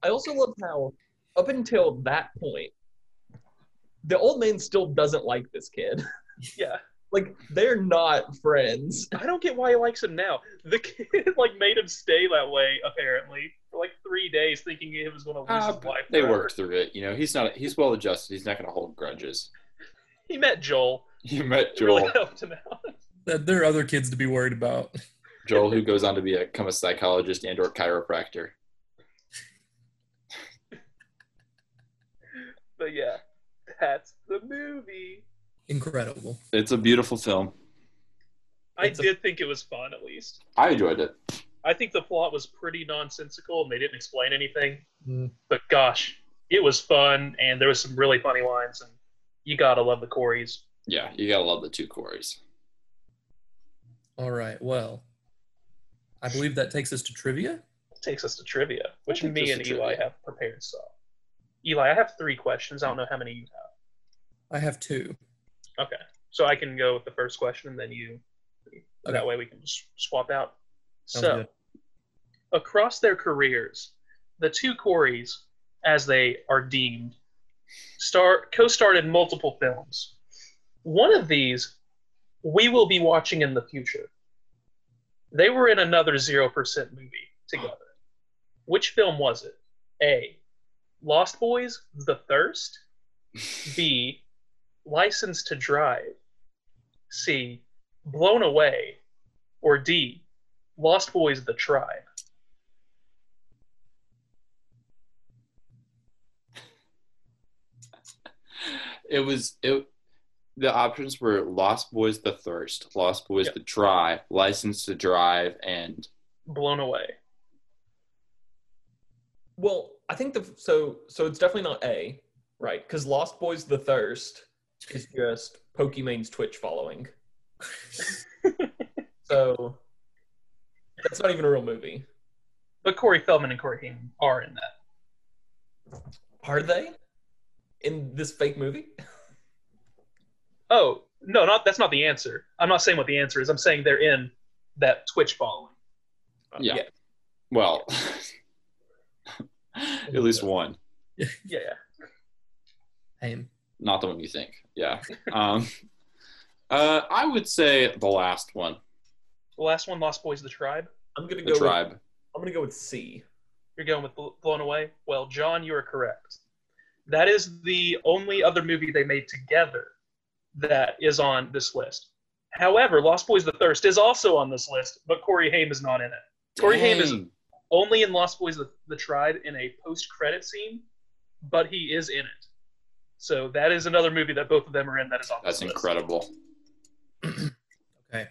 Speaker 5: I also love how, up until that point, the old man still doesn't like this kid. (laughs)
Speaker 3: Yeah,
Speaker 5: Like they're not friends.
Speaker 3: I don't get why he likes him now. The kid (laughs) like made him stay that way apparently for like three days, thinking he was going to lose
Speaker 4: Ah,
Speaker 3: his
Speaker 4: but
Speaker 3: wife.
Speaker 4: they
Speaker 3: forever.
Speaker 4: worked through it. You know, he's not. He's well adjusted. He's not going to hold grudges. (laughs)
Speaker 3: He met Joel.
Speaker 4: You met
Speaker 3: (laughs) It really
Speaker 4: Joel.
Speaker 3: helped him out. (laughs)
Speaker 2: That there are other kids to be worried about.
Speaker 4: Joel, who goes on to be a, become a psychologist and or chiropractor.
Speaker 3: But yeah, that's the movie.
Speaker 2: Incredible.
Speaker 4: It's a beautiful film.
Speaker 3: I
Speaker 2: It's a-
Speaker 3: did think it was fun, at least.
Speaker 4: I enjoyed it.
Speaker 3: I think the plot was pretty nonsensical, and they didn't explain anything.
Speaker 2: Mm.
Speaker 3: But gosh, it was fun, and there was some really funny lines, and you gotta love the Corys.
Speaker 4: Yeah, you gotta love the two Corys.
Speaker 2: All right. Well, I believe that takes us to trivia.
Speaker 3: Takes us to trivia, which
Speaker 4: think
Speaker 3: me
Speaker 4: this
Speaker 3: and
Speaker 4: is
Speaker 3: Eli
Speaker 4: trivia.
Speaker 3: have prepared. So, Eli, I have three questions. I don't know how many you have,
Speaker 2: I have two.
Speaker 3: so I can go with the first question, and then you. That
Speaker 2: Okay.
Speaker 3: way, we can just swap out.
Speaker 2: Sounds
Speaker 3: so.
Speaker 2: good.
Speaker 3: across their careers, the two Coreys, as they are deemed, star co-starred in multiple films. One of these we will be watching in the future. They were in another zero percent movie together. Which film was it? A. Lost Boys: The Thirst. B. License to Drive. C. Blown Away. Or D. Lost Boys: The Tribe.
Speaker 4: It was it. The options were Lost Boys: The Thirst, Lost Boys:
Speaker 3: Yep.
Speaker 4: The Drive, License to Drive, and
Speaker 3: blown away.
Speaker 5: Well, I think the so so it's definitely not A, right? Because Lost Boys: The Thirst is just Pokemon's Twitch following. so that's not even a real movie,
Speaker 3: But Corey Feldman and Corey Haim are in that.
Speaker 5: are they? In this fake movie?
Speaker 3: Oh no, not that's not the answer. I'm not saying what the answer is. I'm saying they're in that Twitch following.
Speaker 4: yeah.
Speaker 5: yeah.
Speaker 4: Well, (laughs) at least one,
Speaker 3: Yeah,
Speaker 2: Aim.
Speaker 4: not the one you think. Yeah. Um, uh, I would say the last one,
Speaker 3: the last one, Lost Boys, of the Tribe.
Speaker 5: I'm gonna
Speaker 4: The
Speaker 5: go. With, I'm
Speaker 4: Tribe.
Speaker 5: gonna go with C.
Speaker 3: You're going with Bl- blown away. Well, John, you are correct. That is the only other movie they made together that is on this list. However, Lost Boys: The Thirst is also on this list, but Corey Haim is not in it. Corey Haim is
Speaker 4: Dang.
Speaker 3: only in Lost Boys the, the Tribe in a post credit scene, but he is in it. So that is another movie that both of them are in. That is on
Speaker 4: That's
Speaker 3: this list.
Speaker 4: incredible.
Speaker 2: Okay.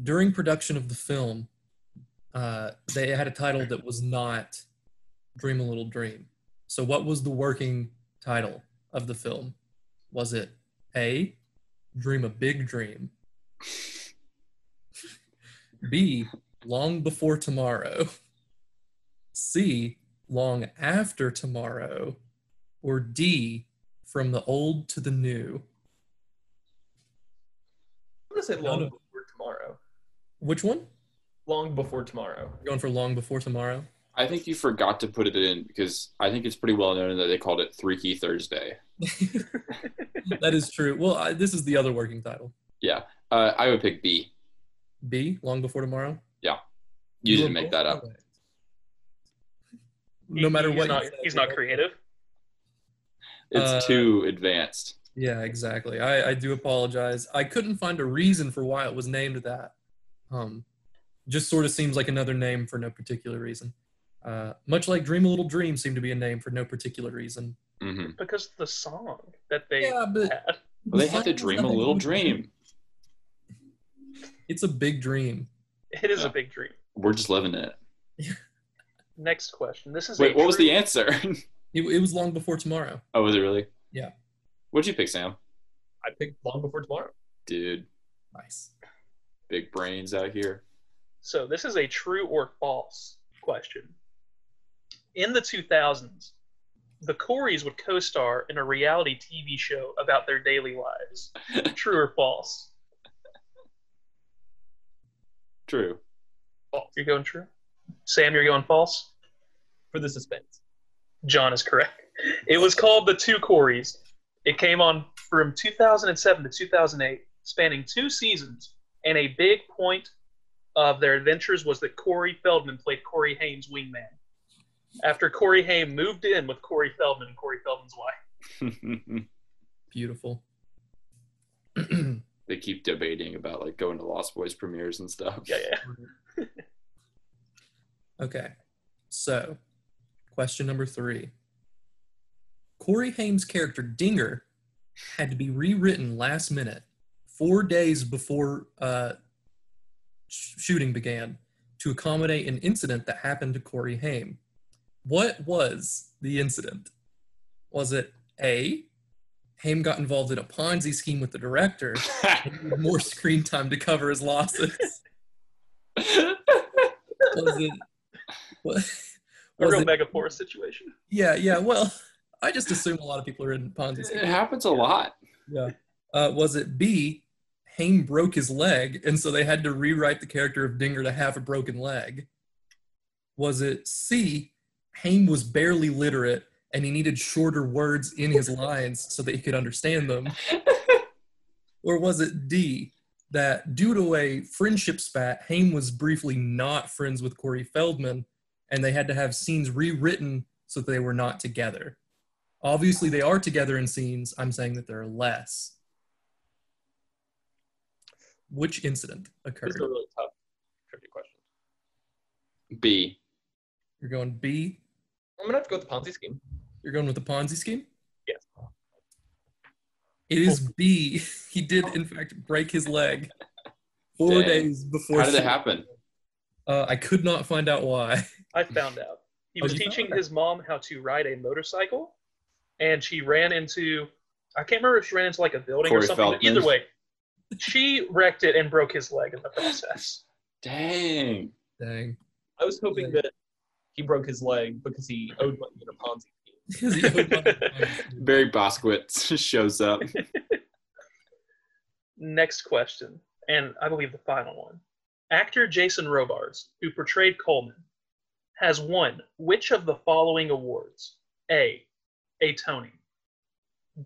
Speaker 2: During production of the film, uh, they had a title that was not "Dream a Little Dream." So, what was the working title of the film? Was it A. Dream a Big Dream? B. Long Before Tomorrow? C. Long After Tomorrow? Or D. From the Old to the New?
Speaker 5: I'm gonna say
Speaker 2: No,
Speaker 5: long
Speaker 2: no.
Speaker 5: before tomorrow.
Speaker 2: Which one?
Speaker 5: Long before tomorrow.
Speaker 2: Going for Long Before Tomorrow?
Speaker 4: I think you forgot to put it in because I think it's pretty well known that they called it Three Key Thursday.
Speaker 2: (laughs) that is true. Well, I, this is the other working title.
Speaker 4: Uh, I would pick B.
Speaker 2: B, Long Before Tomorrow.
Speaker 4: You didn't
Speaker 2: are
Speaker 4: make
Speaker 2: both
Speaker 4: that up.
Speaker 2: correct.
Speaker 3: He-
Speaker 2: No matter
Speaker 3: he's
Speaker 2: what,
Speaker 3: not,
Speaker 2: you say,
Speaker 3: he's not
Speaker 2: right?
Speaker 3: creative.
Speaker 2: Uh,
Speaker 4: It's too advanced.
Speaker 2: Yeah, exactly. I, I do apologize. I couldn't find a reason for why it was named that. Um, just sort of seems like another name for no particular reason. Uh, much like Dream a Little Dream seemed to be a name for no particular reason.
Speaker 4: hmm
Speaker 3: Because the song that they
Speaker 2: Yeah, but
Speaker 3: had.
Speaker 4: Well, they had to
Speaker 2: It's
Speaker 4: dream a
Speaker 2: nothing
Speaker 4: little
Speaker 2: to do with-
Speaker 4: dream.
Speaker 2: It's a big dream.
Speaker 3: It is
Speaker 4: Yeah.
Speaker 3: a big dream.
Speaker 4: We're just living it.
Speaker 3: Next question. This is
Speaker 4: Wait,
Speaker 3: a
Speaker 4: what was
Speaker 3: true-
Speaker 4: the answer? (laughs)
Speaker 2: It, it was long before tomorrow.
Speaker 4: oh, was it really?
Speaker 2: Yeah.
Speaker 4: What'd you pick, Sam?
Speaker 5: I picked long before tomorrow.
Speaker 4: Dude,
Speaker 2: Nice.
Speaker 4: big brains out here.
Speaker 3: So this is a true or false question. In the 2000s, the Coreys would co-star in a reality TV show about their daily
Speaker 4: (laughs)
Speaker 3: lives. true or false?
Speaker 4: True.
Speaker 3: Oh, You're going true. Sam, you're going false.
Speaker 5: For the
Speaker 4: (laughs)
Speaker 5: suspense.
Speaker 3: John is correct. It was called The Two Coreys. It came on from 2007 to 2008, spanning two seasons, and a big point of their adventures was that Corey Feldman played Corey Haim's wingman. After Corey Haim moved in with Corey Feldman and Corey Feldman's wife.
Speaker 2: Beautiful. (clears throat)
Speaker 4: they keep debating about like going to Lost Boys premieres and stuff.
Speaker 3: Yeah, yeah.
Speaker 2: Okay. So, question number three. Corey Haim's character Dinger had to be rewritten last minute, four days before uh, sh- shooting began, to accommodate an incident that happened to Corey Haim. What was the incident? Was it A, Haim got involved in a Ponzi scheme with
Speaker 3: (laughs)
Speaker 2: the director and needed more screen time to cover his losses? was it? What,
Speaker 3: A
Speaker 2: was
Speaker 3: real
Speaker 2: it-
Speaker 3: Megaporus situation.
Speaker 2: yeah, yeah. Well, I just assume a lot of people are in Ponzi
Speaker 4: it
Speaker 2: schemes.
Speaker 4: happens a lot.
Speaker 2: Yeah. Uh, was it B? Haim broke his leg, and so they had to rewrite the character of Dinger to have a broken leg. Was it C? Haim was barely literate, and he needed shorter words in his lines so that he could understand them. or was it D? That due to a friendship spat, Haim was briefly not friends with Corey Feldman, and they had to have scenes rewritten so that they were not together. Obviously, they are together in scenes. I'm saying that there are less. Which incident
Speaker 5: This
Speaker 2: occurred?
Speaker 5: is a really tough trivia question.
Speaker 4: B.
Speaker 2: You're going B.
Speaker 5: I'm gonna have to go with the Ponzi scheme.
Speaker 2: You're going with the Ponzi scheme.
Speaker 5: Yes.
Speaker 2: It is B. (laughs) He did, in fact, break his leg four
Speaker 4: Dang.
Speaker 2: days before.
Speaker 4: How did it happen?
Speaker 2: Uh, I could not find out why. (laughs)
Speaker 3: I found out. He
Speaker 2: Oh,
Speaker 3: was
Speaker 2: you found
Speaker 3: teaching
Speaker 2: out?
Speaker 3: his mom how to ride a motorcycle, and she ran into, I can't remember if she ran into like a building or
Speaker 4: Corey
Speaker 3: something, but
Speaker 4: Feldman.
Speaker 3: either way, she wrecked it and broke his leg in the process.
Speaker 4: Dang.
Speaker 2: Dang. (laughs)
Speaker 5: I was hoping
Speaker 2: Yeah.
Speaker 5: that he broke his leg because he owed money in a Ponzi scheme.
Speaker 2: Because he owed money to Ponzi.
Speaker 4: Barry Boskowitz (laughs) shows up.
Speaker 3: Next question, and I believe the final one. Actor Jason Robards, who portrayed Coleman, has won which of the following awards? A. A Tony.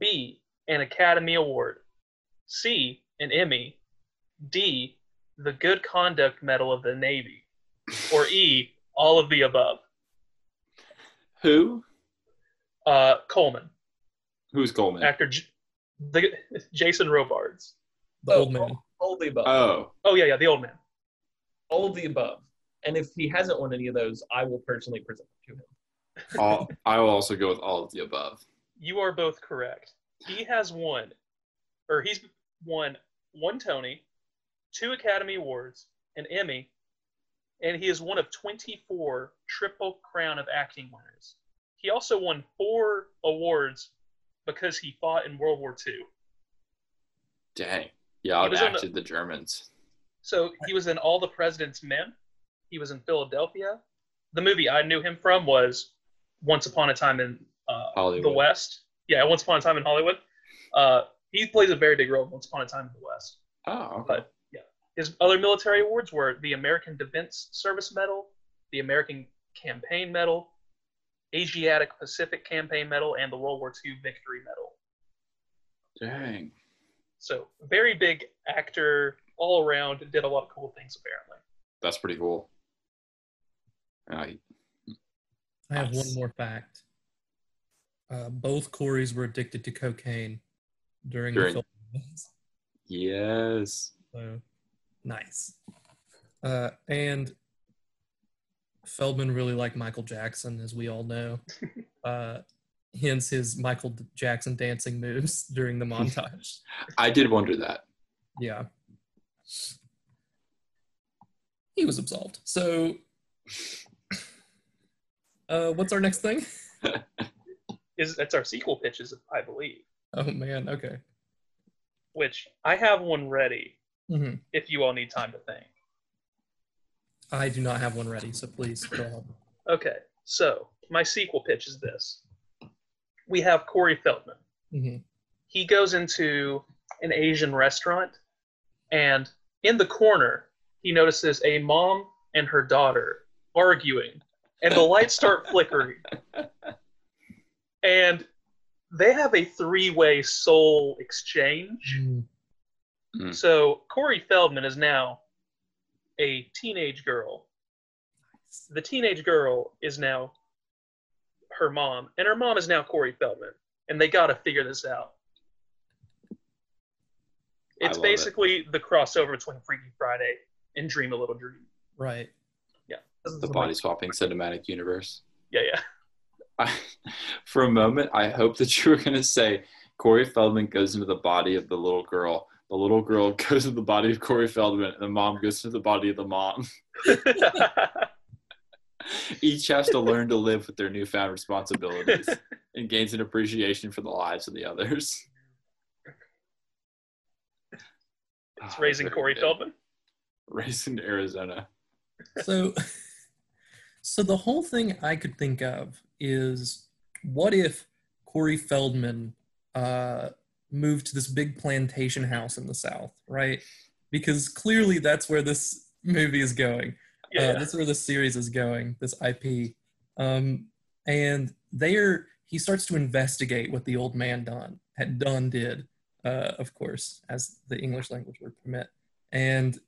Speaker 3: B. An Academy Award. C. An Emmy. D. The Good Conduct Medal of the Navy. Or E. All of the above.
Speaker 4: Who?
Speaker 3: Uh, Coleman,
Speaker 4: Who's Coleman?
Speaker 3: actor J- the, (laughs) Jason Robards.
Speaker 2: the old
Speaker 5: Oh,
Speaker 2: man.
Speaker 5: All of the above.
Speaker 4: Oh,
Speaker 3: Oh, yeah, yeah, the old man.
Speaker 5: all of the above. And if he hasn't won any of those, I will personally present it to him.
Speaker 4: all, I will also go with all of the above.
Speaker 3: You are both correct. He has won, or he's won one Tony, two Academy Awards, an Emmy, and he is one of 24 Triple Crown of Acting winners. He also won four awards because he fought in World War II.
Speaker 4: Dang. Yeah,
Speaker 3: He was on the-
Speaker 4: outacted the Germans.
Speaker 3: So he was in All the President's Men. He was in Philadelphia. The movie I knew him from was Once Upon a Time in uh, the
Speaker 4: Hollywood.
Speaker 3: West. Yeah, Once Upon a Time in Hollywood. Uh, he plays a very big role in Once Upon a Time in the West.
Speaker 4: Oh, okay.
Speaker 3: But yeah, his other military awards were the American Defense Service Medal, the American Campaign Medal, Asiatic Pacific Campaign Medal, and the World War II Victory Medal.
Speaker 4: Dang.
Speaker 3: So very big actor all around. Did a lot of cool things apparently.
Speaker 4: That's pretty cool. Uh,
Speaker 2: I have
Speaker 4: Nice.
Speaker 2: one more fact. Uh, both Corys were addicted to cocaine during,
Speaker 4: During-
Speaker 2: the film. (laughs)
Speaker 4: yes.
Speaker 2: So nice. Uh, and Feldman really liked Michael Jackson, as we all know. Uh, hence his Michael D- Jackson dancing moves (laughs) during the montage.
Speaker 4: I did wonder that.
Speaker 2: yeah. He was absolved. So, (sniffs) uh, what's our next thing? (laughs)
Speaker 3: is that's our sequel pitches, I believe.
Speaker 2: Oh, man. Okay.
Speaker 3: Which I have one ready
Speaker 2: hmm
Speaker 3: if you all need time to think.
Speaker 2: I do not have one ready, so please go ahead.
Speaker 3: Okay, so my sequel pitch is this: we have Corey Feldman.
Speaker 2: Mhm.
Speaker 3: He goes into an Asian restaurant, and in the corner, he notices a mom and her daughter arguing, and the lights start flickering. And they have a three-way soul exchange.
Speaker 2: Mm,
Speaker 4: Hmm.
Speaker 3: So Corey Feldman is now a teenage girl. The teenage girl is now her mom, and her mom is now Corey Feldman, and they got to figure this out.
Speaker 4: I
Speaker 3: It's
Speaker 4: love it.
Speaker 3: basically the crossover between Freaky Friday and Dream a Little Dream.
Speaker 2: Right.
Speaker 3: This is
Speaker 4: The
Speaker 3: my-
Speaker 4: body swapping cinematic universe.
Speaker 3: Yeah, yeah. (laughs)
Speaker 4: I, (laughs) for a moment, I hope that you were going to say Corey Feldman goes into the body of the little girl. The little girl (laughs) goes into the body of Corey Feldman, and the mom goes into the body of the mom. (laughs) Each has to learn to live with their
Speaker 3: (laughs)
Speaker 4: newfound responsibilities and gains an appreciation for the lives of the others.
Speaker 3: it's
Speaker 4: Ah, (sighs)
Speaker 3: raising
Speaker 4: very
Speaker 3: Corey
Speaker 4: good.
Speaker 3: Feldman.
Speaker 4: Raising Arizona.
Speaker 2: so so the whole thing i could think of is what if corey feldman uh moved to this big plantation house in the south right because clearly that's where this movie is going
Speaker 3: Yeah,
Speaker 2: uh, that's where this series is going this ip um and there he starts to investigate what the old man don had done did uh of course as the english language would permit and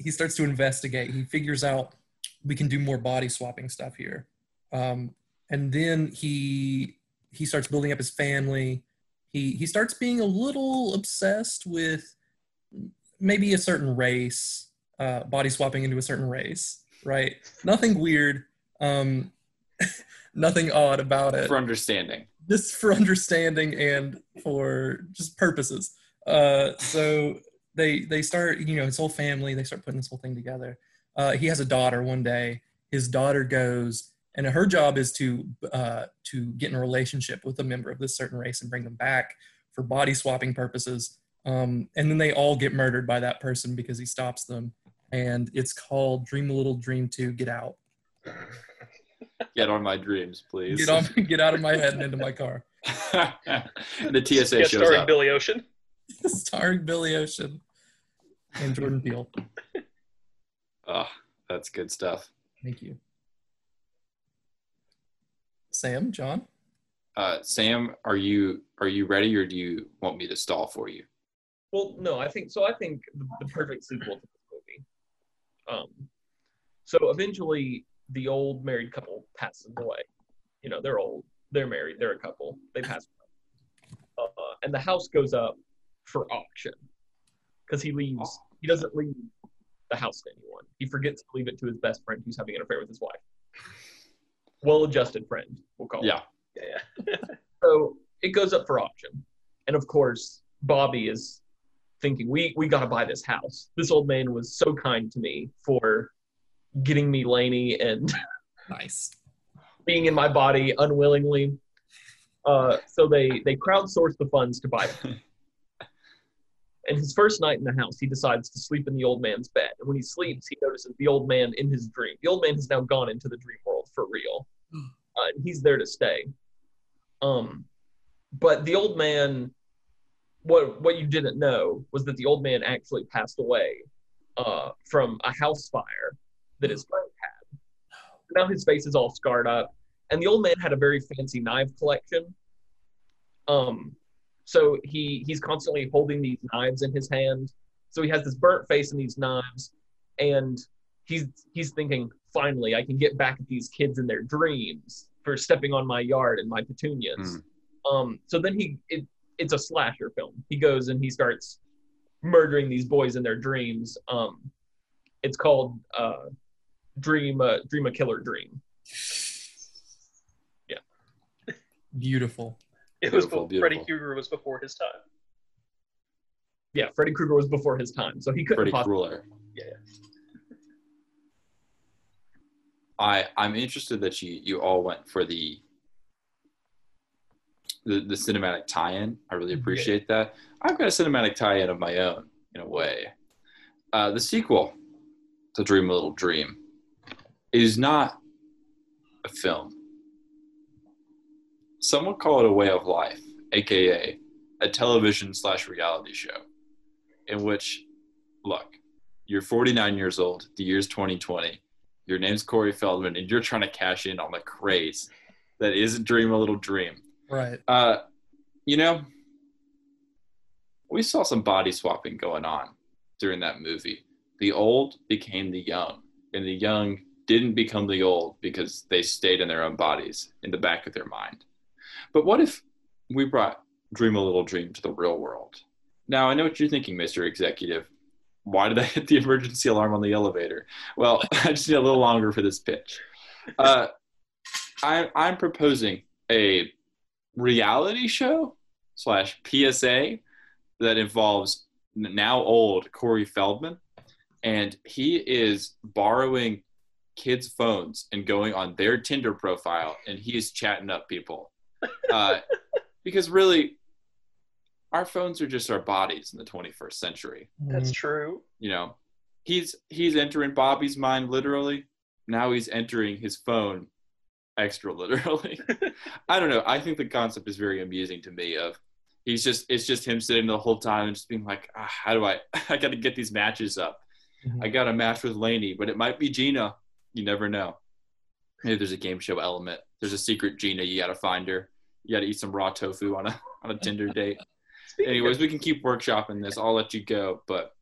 Speaker 2: he starts to investigate. He figures out we can do more body swapping stuff here, um, and then he he starts building up his family. He he starts being a little obsessed with maybe a certain race, uh, body swapping into a certain race, right? Nothing weird, um, (laughs) nothing odd about it
Speaker 4: For understanding.
Speaker 2: just for understanding and for just purposes. Uh, so they they start, you know, his whole family. They start putting this whole thing together. Uh, he has a daughter. One day, his daughter goes, and her job is to uh, to get in a relationship with a member of this certain race and bring them back for body swapping purposes. Um, and then they all get murdered by that person because he stops them. And it's called Dream a Little Dream Two. Get out.
Speaker 4: Get on my dreams, please.
Speaker 2: Get off. (laughs) Get out of my head and into my car.
Speaker 4: and (laughs) the TSA
Speaker 3: Guest
Speaker 4: shows
Speaker 3: starring
Speaker 4: up.
Speaker 3: Billy Ocean.
Speaker 2: (laughs) starring Billy Ocean and Jordan Peele.
Speaker 4: Ah, that's good stuff.
Speaker 2: Thank you. Sam, John,
Speaker 4: Uh, Sam, are you are you ready, or do you want me to stall for you?
Speaker 5: Well, no, I think so. I think the, the perfect sequel to this movie. Um, so eventually, the old married couple passes away. You know, they're old, they're married, they're a couple, they pass away, uh, and the house goes up for auction because he leaves. He doesn't leave the house to anyone. He forgets to leave it to his best friend, who's having an affair with his wife. Well-adjusted friend, we'll call. him.
Speaker 4: Yeah.
Speaker 3: Yeah, yeah.
Speaker 5: So it goes up for auction. And of course, Bobby is thinking, we, we got to buy this house. This old man was so kind to me for getting me Laney and
Speaker 2: Nice.
Speaker 5: being in my body unwillingly. Uh, so they, they crowdsource the funds to buy it. and his first night in the house, he decides to sleep in the old man's bed. And when he sleeps, he notices the old man in his dream. The old man has now gone into the dream world for real. Uh, and he's there to stay. Um, but the old man, what what you didn't know was that the old man actually passed away uh, from a house fire that his friend had. Now his face is all scarred up, and the old man had a very fancy knife collection. Um, so he he's constantly holding these knives in his hand. So he has this burnt face and these knives, and he's he's thinking, finally, I can get back at these kids in their dreams for stepping on my yard and my petunias. Um, so then he it, it's a slasher film. He goes and he starts murdering these boys in their dreams. Um, it's called uh, Dream uh, Dream a Killer Dream.
Speaker 2: Beautiful.
Speaker 3: It was
Speaker 4: Beautiful,
Speaker 3: be- Freddy
Speaker 4: beautiful.
Speaker 3: Krueger was before his time.
Speaker 5: Yeah, Freddy Krueger was before his time, so he couldn't
Speaker 4: Pretty
Speaker 5: possibly.
Speaker 4: crueler.
Speaker 3: Yeah.
Speaker 4: I I'm interested that you you all went for the the, the cinematic tie-in. I really
Speaker 2: Yeah.
Speaker 4: appreciate that. I've got a cinematic tie-in of my own in a way. Uh, the sequel to Dream a Little Dream is not a film. Some would call it a way of life, aka a television slash reality show, in which, look, you're 49 years old. The year's 2020 your name's Corey Feldman, and you're trying to cash in on the craze that is Dream a Little Dream.
Speaker 2: Right.
Speaker 4: Uh, you know, we saw some body swapping going on during that movie. The old became the young, and the young didn't become the old because they stayed in their own bodies in the back of their mind. But what if we brought Dream a Little Dream to the real world? Now, I know what you're thinking, Mr. Executive. Why did I hit the (laughs) emergency alarm on the elevator? Well, (laughs) I just need a little longer for this pitch. Uh, I, I'm proposing a reality show slash PSA that involves n- now old Corey Feldman, and he is borrowing kids' phones and going on their Tinder profile, and he is chatting up people. Uh, because really, our phones are just our bodies in the 21st century
Speaker 3: That's true.
Speaker 4: you know he's he's entering bobby's mind literally now he's entering his phone extra literally (laughs) i don't know i think the concept is very amusing to me of he's just it's just him sitting the whole time and just being like ah, how do i (laughs) i gotta get these matches up
Speaker 2: Mhm.
Speaker 4: i got a match with laney but it might be gina you never know maybe there's a game show element there's a secret gina you gotta find her you gotta eat some raw tofu on a (laughs) on a tinder date
Speaker 3: Speaking
Speaker 4: anyways
Speaker 3: of,
Speaker 4: we can keep workshopping this i'll let you go but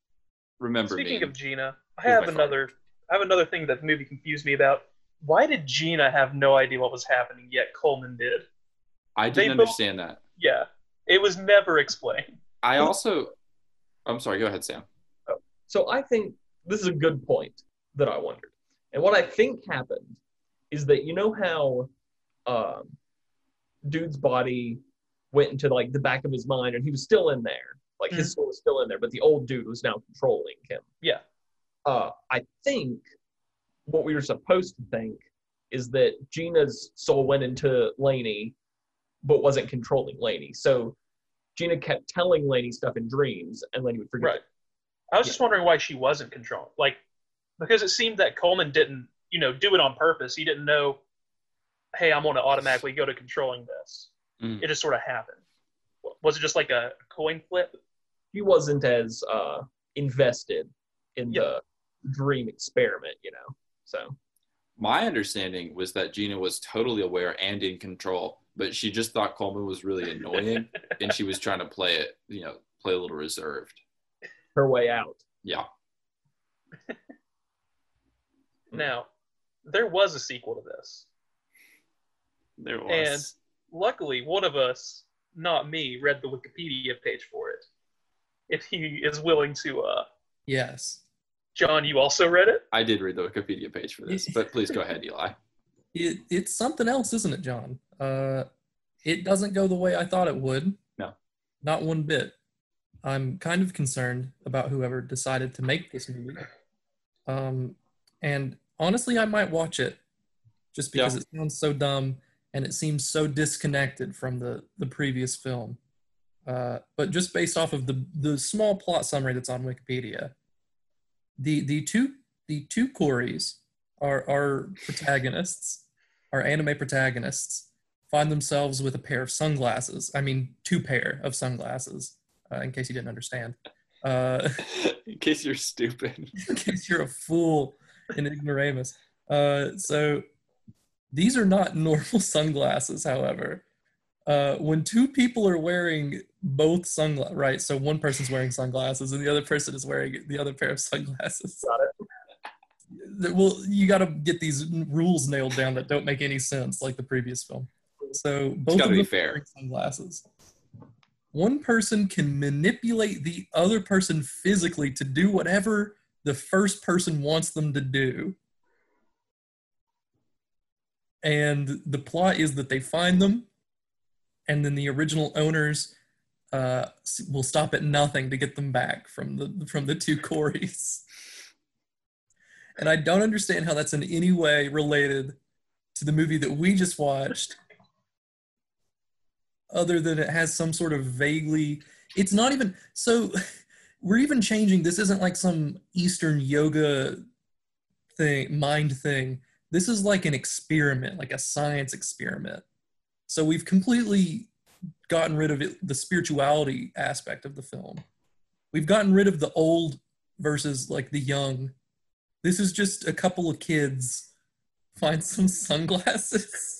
Speaker 4: remember
Speaker 3: speaking
Speaker 4: me
Speaker 3: of Gina, I
Speaker 4: Here's
Speaker 3: have
Speaker 4: my phone.
Speaker 3: another. I have another thing that the movie confused me about. Why did Gina have no idea what was happening yet Coleman did?
Speaker 4: I
Speaker 3: They
Speaker 4: didn't
Speaker 3: both-
Speaker 4: understand that.
Speaker 3: Yeah, it was never explained.
Speaker 4: I also, I'm sorry. Go ahead, Sam.
Speaker 5: So I think this is a good point that I wondered, and what I think happened is that you know how um, dude's body went into like the back of his mind, and he was still in there, like his
Speaker 3: Mm-hmm.
Speaker 5: soul was still in there, but the old dude was now controlling him.
Speaker 3: Yeah.
Speaker 5: Uh, I think what we were supposed to think is that Gina's soul went into Laney, but wasn't controlling Laney. So Gina kept telling Laney stuff in dreams, and Laney would forget.
Speaker 3: Right. I was just wondering why she wasn't controlling. Like, because it seemed that Coleman didn't, you know, do it on purpose. He didn't know, hey, I'm going to automatically go to controlling this.
Speaker 4: Mm.
Speaker 3: It just sort of happened. Was it just like a coin flip?
Speaker 5: he wasn't as uh, invested in the dream experiment, you know. So
Speaker 4: My understanding was that Gina was totally aware and in control, but she just thought Coleman was really
Speaker 3: (laughs)
Speaker 4: annoying, and she was trying to play it, you know, play a little reserved.
Speaker 5: her way out.
Speaker 4: Yeah.
Speaker 3: Now, there was a sequel to this.
Speaker 4: There
Speaker 3: was. Luckily, one of us, not me, read the Wikipedia page for it. If he is willing to, uh,
Speaker 2: Yes.
Speaker 3: John, you also read it?
Speaker 4: I did read the Wikipedia
Speaker 3: (laughs)
Speaker 4: page for this, but please go ahead, Eli. (laughs)
Speaker 2: It, it's something else, isn't it, John? Uh, It doesn't go the way I thought it would.
Speaker 4: No.
Speaker 2: Not one bit. I'm kind of concerned about whoever decided to make this movie. Um, and honestly, I might watch it just because
Speaker 4: Yeah.
Speaker 2: it sounds so dumb and it seems so disconnected from the, the previous film. Uh, but just based off of the, the small plot summary that's on Wikipedia, the, the two the two Coreys our our protagonists, our anime protagonists, find themselves with a pair of sunglasses. I mean, two pair of sunglasses. Uh, in case you didn't understand, uh, (laughs)
Speaker 4: In case you're stupid.
Speaker 2: in case you're a fool and ignoramus. Uh, so these are not (laughs) normal sunglasses. However, uh, when two people are wearing both sunglasses, right? So one person's wearing sunglasses and the other person is wearing the other pair of (laughs) sunglasses
Speaker 5: Got
Speaker 2: that- well you got to get these n- rules nailed down that don't make any sense like the previous film so both of
Speaker 4: gotta be
Speaker 2: them
Speaker 4: fair.
Speaker 2: wearing sunglasses one person can manipulate the other person physically to do whatever the first person wants them to do and the plot is that they find them and then the original owners uh, s- will stop at nothing to get them back from the from the two Corys. And I don't understand how that's in any way related to the movie that we just watched, other than it has some sort of vaguely. It's not even so. (laughs) We're even changing. This isn't like some Eastern yoga thing, mind thing. This is like an experiment, like a science experiment. So we've completely gotten rid of it, the spirituality aspect of the film. We've gotten rid of the old versus like the young. This is just a couple of kids find some sunglasses.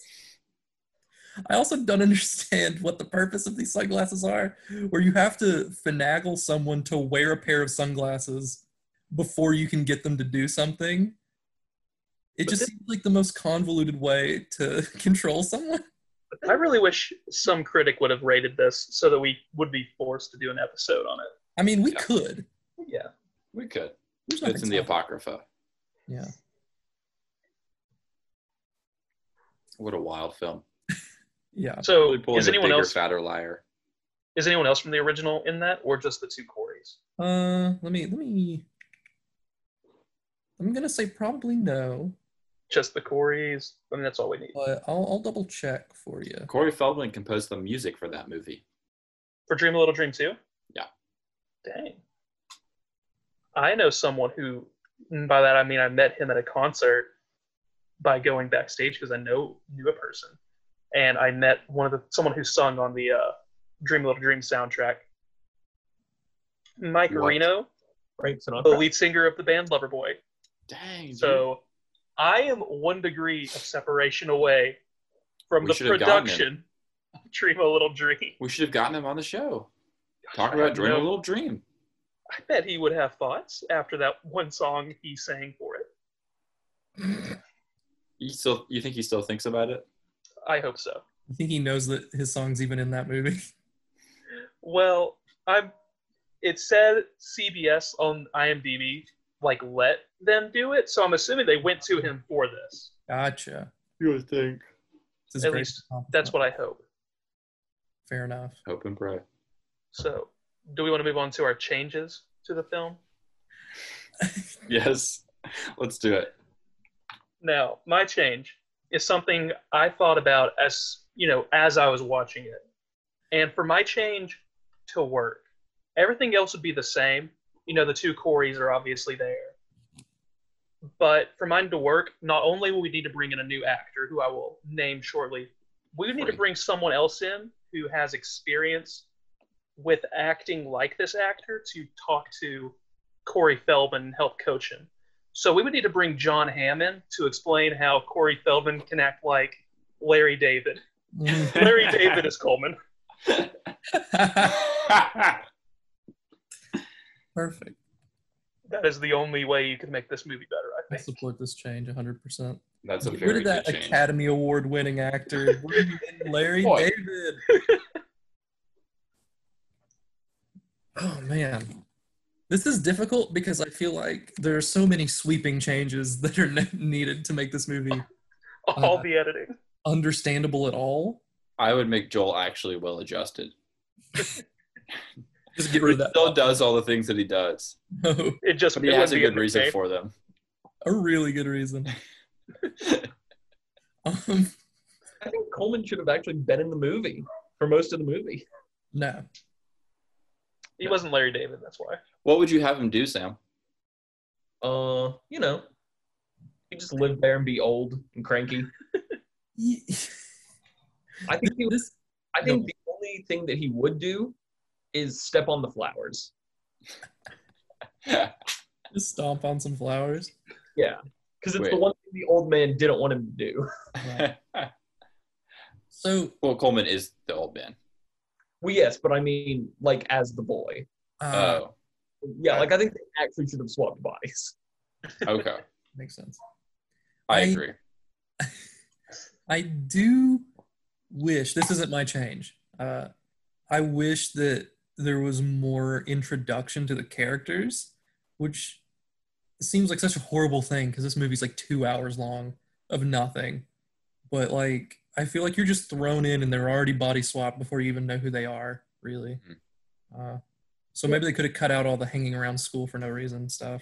Speaker 2: I also don't understand what the purpose of these sunglasses are, where you have to finagle someone to wear a pair of sunglasses before you can get them to do something. It
Speaker 5: But
Speaker 2: just
Speaker 5: this-
Speaker 2: seems like the most convoluted way to (laughs) control someone.
Speaker 3: I really wish some critic would have rated this so that we would be forced to do an episode on it.
Speaker 2: I mean, we
Speaker 4: Yeah.
Speaker 2: could.
Speaker 3: Yeah.
Speaker 4: We could.
Speaker 2: There's nothing
Speaker 4: It's in the
Speaker 2: stopping-
Speaker 4: Apocrypha.
Speaker 2: Yeah.
Speaker 4: What a wild film.
Speaker 2: Yeah.
Speaker 3: So
Speaker 4: Probably pulling
Speaker 3: is
Speaker 4: a
Speaker 3: anyone
Speaker 4: bigger,
Speaker 3: else
Speaker 4: fatter liar.
Speaker 3: is anyone else from the original in that, or just the two Corys?
Speaker 2: Uh, let me let me. I'm gonna say probably no,
Speaker 3: Just the Corys. I mean, that's all we need
Speaker 2: but I'll I'll double check for you.
Speaker 4: Corey Feldman composed the music for that movie.
Speaker 3: for Dream a Little Dream too.
Speaker 4: Yeah.
Speaker 3: Dang. I know someone who, and by that I mean I met him at a concert by going backstage because I know knew a person, and I met one of the someone who sung on the uh, Dream a Little Dream soundtrack. Mike
Speaker 4: What?
Speaker 3: Reno,
Speaker 5: Frank Sinatra.
Speaker 3: the lead singer of the band Loverboy.
Speaker 4: Dang. dude.
Speaker 3: So I am one degree of separation away from
Speaker 4: We
Speaker 3: the
Speaker 4: should have gotten him.
Speaker 3: production of Dream a Little Dream.
Speaker 4: we should have gotten him on the show. Talk
Speaker 3: I
Speaker 4: about
Speaker 3: have
Speaker 4: Dream
Speaker 3: no-
Speaker 4: a Little Dream.
Speaker 3: I bet he would have thoughts after that one song he sang for it.
Speaker 4: You still you think he still thinks about it?
Speaker 3: I hope so.
Speaker 2: I think he knows that his song's even in that movie. (laughs)
Speaker 3: Well, I'm. It said CBS on IMDb like let them do it, so I'm assuming they went to him for this.
Speaker 2: Gotcha.
Speaker 4: You would think.
Speaker 2: This is
Speaker 3: At
Speaker 2: great.
Speaker 3: least That's what I hope.
Speaker 2: Fair enough.
Speaker 4: Hope and pray. (laughs)
Speaker 3: So, do we want to move on to our changes to the film?
Speaker 4: Yes. Let's do (laughs) it.
Speaker 3: Now, my change is something I thought about as you know as I was watching it, and for my change to work, everything else would be the same. You know, the two Corys are obviously there, but for mine to work, not only will we need to bring in a new actor who I will name shortly, we would need to
Speaker 4: Frank.
Speaker 3: bring someone else in who has experience with acting like this actor to talk to Corey Feldman and help coach him. So we would need to bring John Hammond to explain how Corey Feldman can act like Larry David.
Speaker 2: Mm.
Speaker 3: Larry David is Coleman.
Speaker 2: (laughs) Perfect.
Speaker 3: That is the only way you can make this movie better,
Speaker 2: I
Speaker 3: I think. (laughs)
Speaker 2: support this change 100. percent
Speaker 4: That's a
Speaker 2: Get rid
Speaker 4: very
Speaker 2: of
Speaker 4: good
Speaker 2: that
Speaker 4: change.
Speaker 2: Academy Award winning
Speaker 4: (laughs)
Speaker 2: actor, Bring in Larry
Speaker 4: Boy. (laughs)
Speaker 2: David. oh man, this is difficult because I feel like there are so many sweeping changes that are ne- needed to make this movie
Speaker 3: All the editing.
Speaker 2: understandable at all. (laughs)
Speaker 4: I would make Joel actually well adjusted.
Speaker 2: Just get
Speaker 4: He
Speaker 2: rid of
Speaker 4: still does all the things that he does,
Speaker 2: that.
Speaker 3: It just
Speaker 4: but he
Speaker 3: it
Speaker 4: has
Speaker 3: would
Speaker 4: a
Speaker 3: be
Speaker 4: good
Speaker 3: new
Speaker 4: reason
Speaker 3: game.
Speaker 4: for them.
Speaker 2: Oh, a really good
Speaker 4: (laughs)
Speaker 2: reason. (laughs) um,
Speaker 5: I think Coleman should have actually been in the movie for most of the movie.
Speaker 2: (laughs) no.
Speaker 3: He wasn't Larry David, that's why.
Speaker 4: What would you have him do, Sam?
Speaker 5: Uh, you know, he just live there and be old and cranky.
Speaker 2: Ye-
Speaker 5: I think he would,
Speaker 2: This,
Speaker 5: I think the only thing that he would do is step on the flowers.
Speaker 2: just stomp on some flowers.
Speaker 5: Yeah, because it's the
Speaker 4: Wait.
Speaker 5: one thing the old man didn't want him to do.
Speaker 2: So,
Speaker 4: (laughs) well, Coleman is the old man.
Speaker 5: Well, yes, but I mean, like as the boy.
Speaker 2: uh,
Speaker 4: Oh,
Speaker 5: Yeah, like I think they actually should have swapped bodies.
Speaker 4: Oh, okay.
Speaker 2: makes sense. (laughs)
Speaker 4: I
Speaker 2: I-
Speaker 4: agree.
Speaker 2: I do wish this isn't my change. Uh, I wish that there was more introduction to the characters, which seems like such a horrible thing because this movie's like two hours long of nothing. But like, I feel like you're just thrown in and they're already body swapped before you even know who they are, really.
Speaker 5: Mm-hmm.
Speaker 2: Uh, so maybe they could have cut out all the hanging around school for no reason stuff.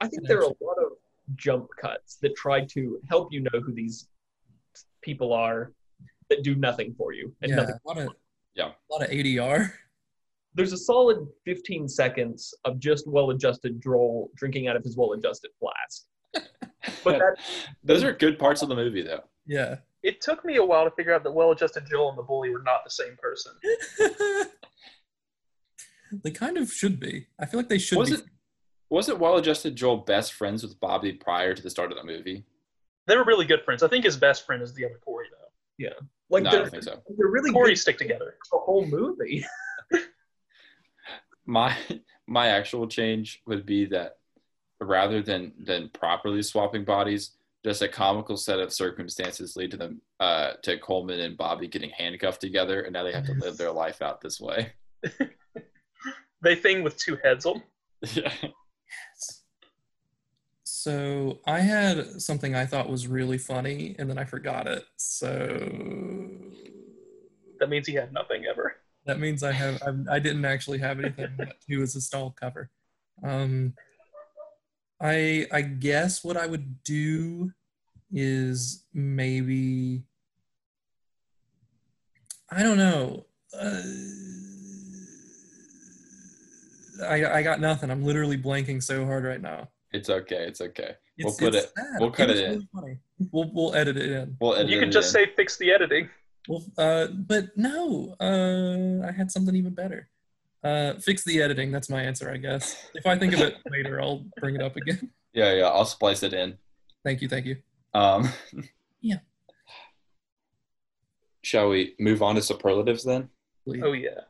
Speaker 5: I think there are a lot of jump cuts that try to help you know who these people are that do nothing for you and
Speaker 2: yeah,
Speaker 5: nothing.
Speaker 2: a lot of
Speaker 4: Yeah.
Speaker 2: a lot of ADR.
Speaker 5: There's a solid 15 seconds of just well-adjusted droll drinking out of his well-adjusted flask. But that,
Speaker 4: (laughs) Those are good parts of the movie, though.
Speaker 2: (laughs) Yeah.
Speaker 3: It took me a while to figure out that well adjusted Joel and the bully were not the same person.
Speaker 2: they kind of should be. I feel like they should
Speaker 4: Was
Speaker 2: be.
Speaker 4: it wasn't well-adjusted Joel best friends with Bobby prior to the start of the movie?
Speaker 3: They were really good friends. I think his best friend is the other Corey though.
Speaker 5: like,
Speaker 4: no, I
Speaker 5: they're,
Speaker 4: don't think so.
Speaker 5: they're really
Speaker 3: Corey
Speaker 5: good
Speaker 3: stick together.
Speaker 5: for the whole movie.
Speaker 4: My (laughs) my actual change would be that rather than than properly swapping bodies, just a comical set of circumstances lead to them uh, to Coleman and Bobby getting handcuffed together, and now they have to live their life out this way. (laughs)
Speaker 3: They thing with two heads on.
Speaker 4: Yeah.
Speaker 2: So I had something I thought was really funny, and then I forgot it. So
Speaker 3: That means he had nothing ever.
Speaker 2: that means I have I, I didn't actually have anything. That too is a stall cover. Um, I I guess what I would do is maybe I don't know. Uh, I I got nothing. I'm literally blanking so hard right now.
Speaker 4: It's okay. It's okay. We'll
Speaker 2: It's-
Speaker 4: put
Speaker 2: it's
Speaker 4: it-
Speaker 2: sad.
Speaker 4: we'll cut
Speaker 2: was
Speaker 4: it in.
Speaker 2: really funny. We'll we'll edit it in.
Speaker 4: We'll edit
Speaker 3: You
Speaker 4: it
Speaker 3: could just
Speaker 4: in.
Speaker 3: say fix the editing.
Speaker 2: Well, uh, but no, uh, I had something even better. Uh, fix the editing. That's my answer, I guess. If I think of it later, I'll bring it up again.
Speaker 4: yeah, yeah. I'll splice it in.
Speaker 2: Thank you, thank you.
Speaker 4: Um,
Speaker 2: Yeah.
Speaker 4: (laughs) Shall we move on to superlatives then?
Speaker 2: Please.
Speaker 3: Oh yeah.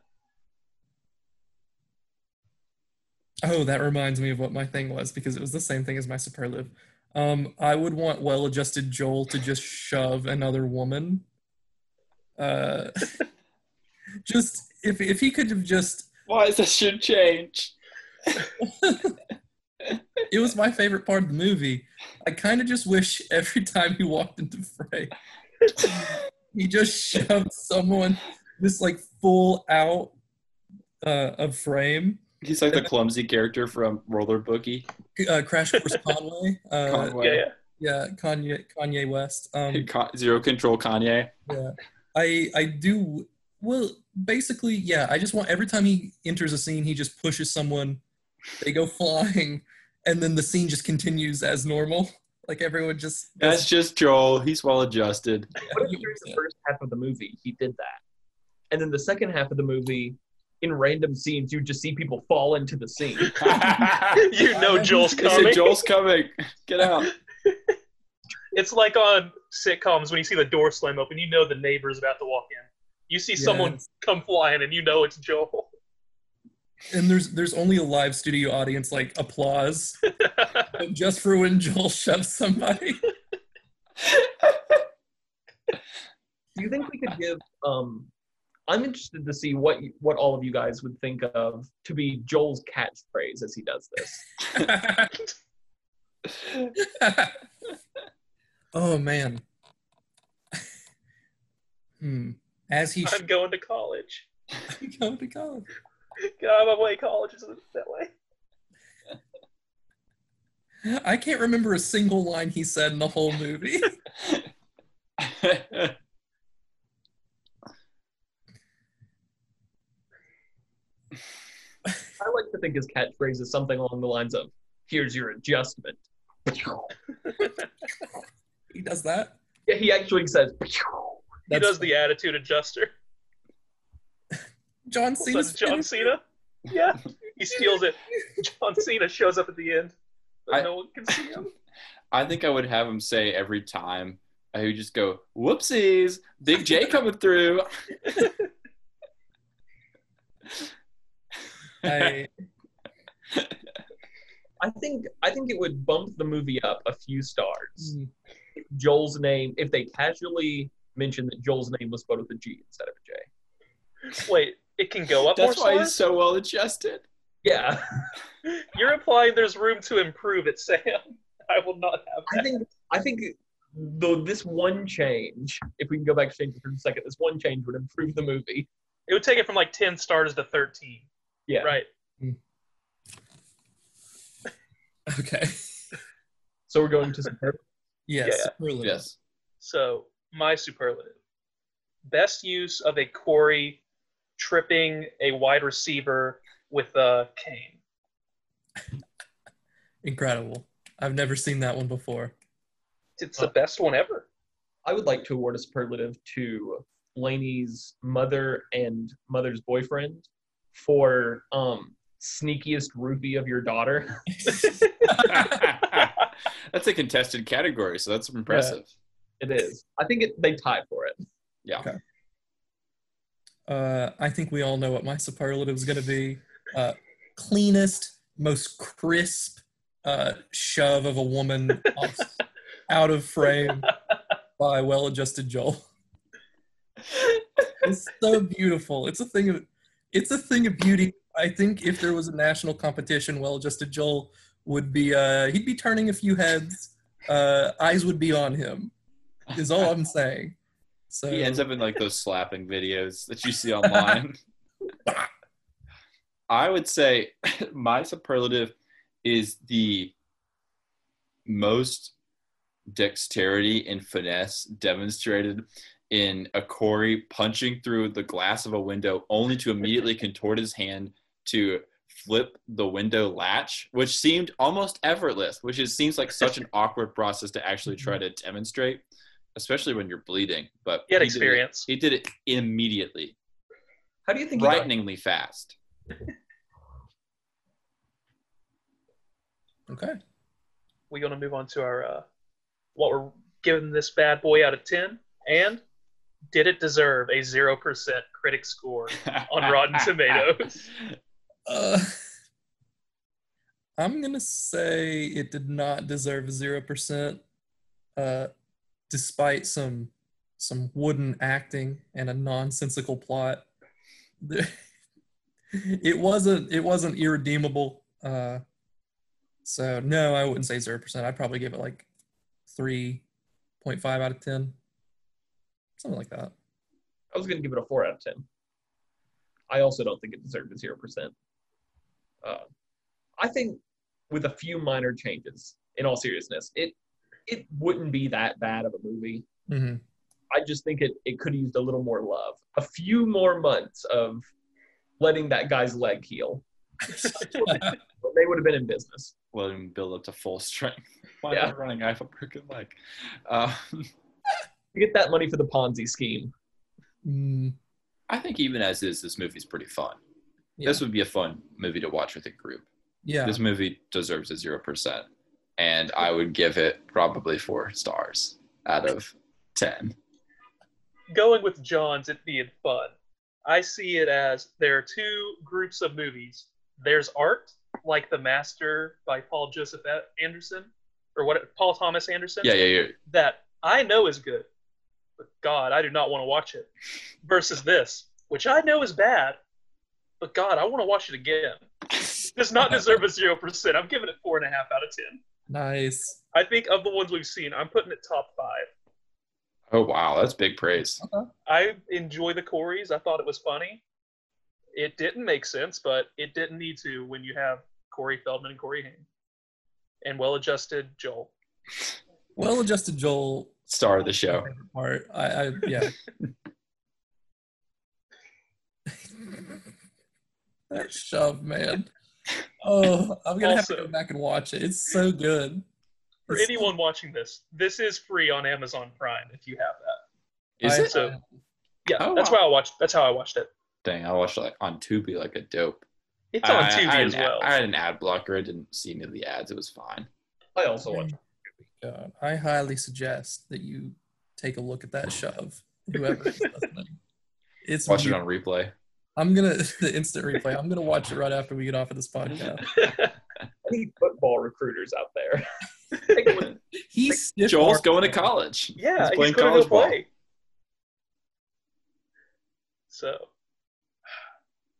Speaker 2: Oh, that reminds me of what my thing was because it was the same thing as my superlative. Um, I would want well-adjusted Joel to just shove another woman. Uh, (laughs) just if if he could have just
Speaker 4: Why is this should change?
Speaker 2: (laughs) it was my favorite part of the movie. I kind of just wish every time he walked into Frey, he just shoved someone just like full out uh, of frame.
Speaker 4: He's like the clumsy character from Roller Boogie.
Speaker 2: Uh, Crash Course Conway, uh,
Speaker 3: yeah, yeah.
Speaker 2: yeah, Kanye, Kanye West. Um,
Speaker 4: (laughs) Con- Zero control Kanye.
Speaker 2: yeah, I I do well. Basically, yeah, I just want every time he enters a scene, he just pushes someone, they go flying, and then the scene just continues as normal. Like everyone just
Speaker 4: That's just Joel. He's well adjusted.
Speaker 5: What if during the first half of the movie he did that? And then the second half of the movie, in random scenes, you just see people fall into the
Speaker 3: (laughs)
Speaker 5: scene.
Speaker 3: you know Joel's
Speaker 4: They said
Speaker 3: coming.
Speaker 4: Joel's coming. (laughs) Get out.
Speaker 3: It's like on sitcoms when you see the door slam open, you know the neighbor's about to walk in. You see someone
Speaker 2: Yes.
Speaker 3: come flying, and you know it's Joel.
Speaker 2: and there's there's only a live studio audience like applause just for when Joel shoves somebody.
Speaker 5: Do you think we could give? Um, I'm interested to see what you, what all of you guys would think of to be Joel's catchphrase as he does this.
Speaker 2: (laughs) oh man. Hmm. As he
Speaker 3: I'm
Speaker 2: should
Speaker 3: going to college.
Speaker 2: be (laughs) going to college.
Speaker 3: Get out of my way, college is that way.
Speaker 2: I can't remember a single line he said in the whole movie. (laughs)
Speaker 5: I like to think his catchphrase is something along the lines of, "Here's your adjustment."
Speaker 2: he does that.
Speaker 5: Yeah, he actually says.
Speaker 3: He
Speaker 2: That's-
Speaker 3: does the attitude adjuster.
Speaker 2: John Cena.
Speaker 3: Does John Cena? Yeah. He steals it. John Cena shows up at the end. But
Speaker 4: I-
Speaker 3: no one can see him.
Speaker 4: I think I would have him say every time. I would just go, "Whoopsies, Big J coming through."
Speaker 2: I, (laughs)
Speaker 5: I think I think it would bump the movie up a few stars. Joel's name, if they casually mention that Joel's name was spelled with a G instead of a J.
Speaker 3: Wait, it can go up
Speaker 4: That's
Speaker 3: more
Speaker 4: why
Speaker 3: stars?
Speaker 4: he's so well adjusted.
Speaker 5: Yeah,
Speaker 3: You're implying there's room to improve it, Sam. (laughs) I will not have
Speaker 5: I
Speaker 3: that.
Speaker 5: think I think though this one change, if we can go back to changes for a second, this one change would improve the movie.
Speaker 3: It would take it from like 10 stars to 13.
Speaker 5: Yeah,
Speaker 3: Right.
Speaker 2: okay.
Speaker 5: So we're going to superb.
Speaker 2: Yes.
Speaker 3: Yeah.
Speaker 2: superlative.
Speaker 4: Yes.
Speaker 3: So, my superlative. Best use of a Corey tripping a wide receiver with a cane.
Speaker 2: Incredible. I've never seen that one before.
Speaker 3: It's the best one ever.
Speaker 5: I would like to award a superlative to Laney's mother and mother's boyfriend for um sneakiest roofie of your daughter.
Speaker 4: (laughs)
Speaker 5: (laughs)
Speaker 4: that's a contested category, so that's impressive.
Speaker 5: It is. I think it, they tie for it.
Speaker 4: Yeah.
Speaker 2: Okay. Uh, I think we all know what my superlative is going to be. Uh, cleanest, most crisp uh, shove of a woman off, out of frame by well-adjusted Joel. It's so beautiful. It's a thing of, it's a thing of beauty. I think if there was a national competition, well-adjusted Joel would be. Uh, he'd be turning a few heads. Uh, eyes would be on him. Is all I'm saying. So
Speaker 4: He ends up in like those slapping videos that you
Speaker 3: (laughs)
Speaker 4: see online. I would say (laughs) my superlative is the most dexterity and finesse demonstrated in a Corey punching through the glass of a window only
Speaker 3: (laughs)
Speaker 4: to immediately contort his hand to flip the window latch, which seemed almost effortless, which is, seems
Speaker 3: (laughs)
Speaker 4: like such an awkward process to actually try to demonstrate, especially when you're bleeding. But
Speaker 3: Mm-hmm. He had
Speaker 4: did it-
Speaker 3: experience.
Speaker 4: He did it immediately,
Speaker 5: How do you think? he got-
Speaker 4: frighteningly fast. (laughs)
Speaker 2: okay.
Speaker 3: We're going to move on to our uh, what we're giving this bad boy out of 10. And did it deserve a 0% critic score? On Rotten
Speaker 4: (laughs)
Speaker 3: Tomatoes.
Speaker 2: Uh, (laughs) I'm gonna say it did not deserve a zero percent, uh, despite some some wooden acting and a nonsensical plot. (laughs) The- it wasn't it wasn't irredeemable. Uh, so no, I wouldn't say zero percent. I'd probably give it like three point five out of ten, something like that.
Speaker 5: I was going to give it a four out of ten. I also don't think it deserved a zero percent. Uh, I think with a few minor changes, in all seriousness, it it wouldn't be that bad of a movie.
Speaker 2: hmm
Speaker 5: I just think it it could have used a little more love, a few more months of letting that guy's leg heal. (laughs) But they would have been in business.
Speaker 4: let him build up to full strength. (laughs) Why
Speaker 5: Yeah.
Speaker 4: am I running? I have a broken leg. Um, (laughs)
Speaker 5: You get that money for the Ponzi scheme.
Speaker 2: Mm,
Speaker 4: I think even as is, this movie's pretty fun.
Speaker 2: Yeah.
Speaker 4: This would be a fun movie to watch with a group.
Speaker 2: yeah.
Speaker 4: This movie deserves a zero percent, and I would give it probably four stars out of ten.
Speaker 3: going with John's it being fun. I see it as there are two groups of movies. There's art, like The Master by Paul Joseph A- Anderson, or what Paul Thomas Anderson.
Speaker 4: Yeah, yeah, yeah.
Speaker 3: That I know is good, but God, I do not want to watch it. Versus this, which I know is bad, but God, I want to watch it again. It does not deserve a zero percent. I'm giving it four and a half out of ten.
Speaker 2: Nice.
Speaker 3: I think of the ones we've seen, I'm putting it top five.
Speaker 4: Oh wow, that's big praise.
Speaker 3: I enjoy the Corys. I thought it was funny. It didn't make sense, but it didn't need to when you have Corey Feldman and Corey Haim and well-adjusted Joel.
Speaker 2: Well-adjusted Joel
Speaker 4: Star of the show.
Speaker 2: part. I, I
Speaker 4: (laughs)
Speaker 2: yeah. (laughs) that shove, man. Oh, I'm gonna have to
Speaker 3: Also-
Speaker 2: go back and watch it. It's so good.
Speaker 3: For
Speaker 2: It's-
Speaker 3: anyone watching this, this is free on Amazon Prime if you have that.
Speaker 4: Is
Speaker 2: I-
Speaker 4: it?
Speaker 3: So yeah,
Speaker 4: Oh,
Speaker 3: that's
Speaker 4: wow.
Speaker 3: why I watched. That's how I watched it.
Speaker 4: Dang, I watched like on Tubi like a dope.
Speaker 3: It's on
Speaker 4: I- I
Speaker 3: TV
Speaker 4: had
Speaker 3: as
Speaker 4: an ad-
Speaker 3: well.
Speaker 4: I had an ad blocker. It didn't see any of the ads. It was fine.
Speaker 3: I also watched.
Speaker 2: Uh, I highly suggest that you take a look at that shove. Whoever is listening. It's
Speaker 4: Watch it
Speaker 2: beautiful.
Speaker 4: on replay.
Speaker 2: I'm gonna (laughs) the instant replay. I'm gonna watch it right after we get off of this podcast.
Speaker 5: (laughs) Any football recruiters out there?
Speaker 4: (laughs)
Speaker 2: He's
Speaker 4: Joel's going to college.
Speaker 3: Yeah,
Speaker 4: He's
Speaker 3: he's,
Speaker 4: playing
Speaker 3: going to go
Speaker 4: college ball.
Speaker 3: play. So,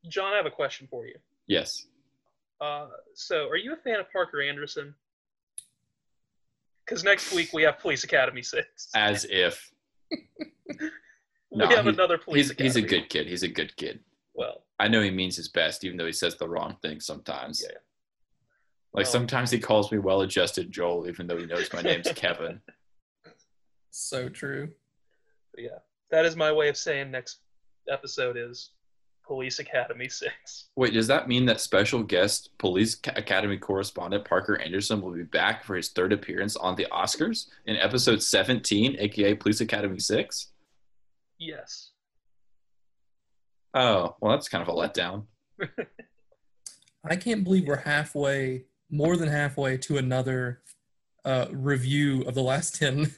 Speaker 3: John, I have a question for you.
Speaker 4: Yes.
Speaker 3: Uh, so, are you a fan of Parker Anderson? Because next week we have Police Academy Six.
Speaker 4: As if Uh, no,
Speaker 3: we have
Speaker 4: he-
Speaker 3: another Police
Speaker 4: he's
Speaker 3: Academy.
Speaker 4: he's a good kid. He's a good kid.
Speaker 3: Well,
Speaker 4: I know he means his best, even though he says the wrong thing sometimes.
Speaker 3: Yeah. Well-
Speaker 4: Like sometimes he calls me well-adjusted Joel, even though he knows my name's Kevin.
Speaker 2: so true.
Speaker 3: yeah, that is my way of saying next episode is Police Academy Six.
Speaker 4: Wait, does that mean that special guest Police Ca- Academy correspondent Parker Anderson will be back for his third appearance on the Oscars in episode 17, aka Police Academy 6?
Speaker 3: Yes. (laughs)
Speaker 4: Oh, well, that's kind of a letdown.
Speaker 2: I can't believe we're halfway, more than halfway to another uh, review of the last (laughs) ten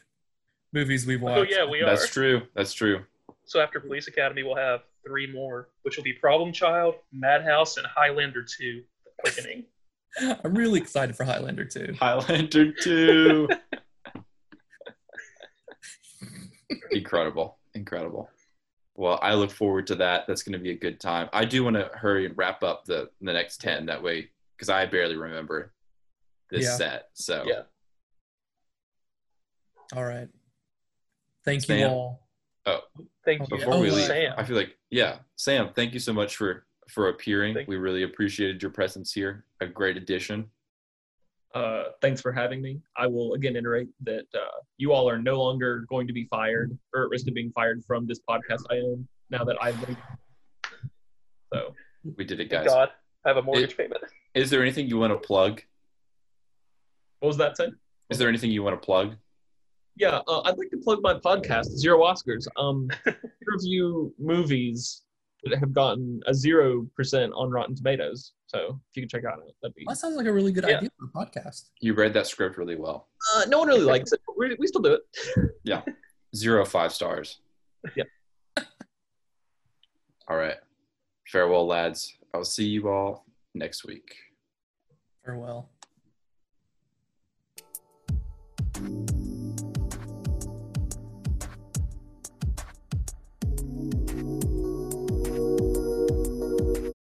Speaker 2: movies we've watched.
Speaker 3: Oh yeah, we are.
Speaker 4: That's true. That's true.
Speaker 3: So after Police Academy, we'll have three more, which will be Problem Child, Madhouse, and Highlander Two: The Quickening.
Speaker 2: I'm really excited for Highlander too.
Speaker 3: (laughs)
Speaker 4: Highlander 2. Incredible. Incredible. Well, I look forward to that. That's going to be a good time. I do want to hurry and wrap up the, the next 10 that way, because I barely remember this
Speaker 2: Yeah.
Speaker 4: set. So,
Speaker 3: Yeah.
Speaker 2: All right. Thank you
Speaker 4: Sam.
Speaker 2: all.
Speaker 3: Thank you,
Speaker 4: before we
Speaker 2: Oh,
Speaker 4: leave,
Speaker 3: Sam.
Speaker 4: I feel like, yeah, Sam, thank you so much for for appearing.
Speaker 3: Thank-
Speaker 4: we really appreciated your presence here. A great addition.
Speaker 5: Uh, thanks for having me. I will again iterate that uh, you all are no longer going to be fired or at risk of being fired from this podcast I own now that I've been. So
Speaker 4: We did it,
Speaker 3: Thank
Speaker 4: guys.
Speaker 3: God, I have a mortgage payment.
Speaker 4: Is there anything you want to plug?
Speaker 5: what was that say?
Speaker 4: Is there anything you want to plug?
Speaker 5: Yeah, uh, I'd like to plug my podcast, Zero Oscars. Um, we review movies that have gotten a zero percent on Rotten Tomatoes. So if you could check out it, that'd be.
Speaker 2: That sounds like a really good
Speaker 3: Yeah.
Speaker 2: idea for a podcast.
Speaker 4: You read that script really well.
Speaker 5: Uh, no one really likes it. But we we still do it.
Speaker 4: Zero five stars.
Speaker 5: Yeah.
Speaker 4: (laughs) all right. Farewell, lads. I'll see you all next week.
Speaker 2: Farewell.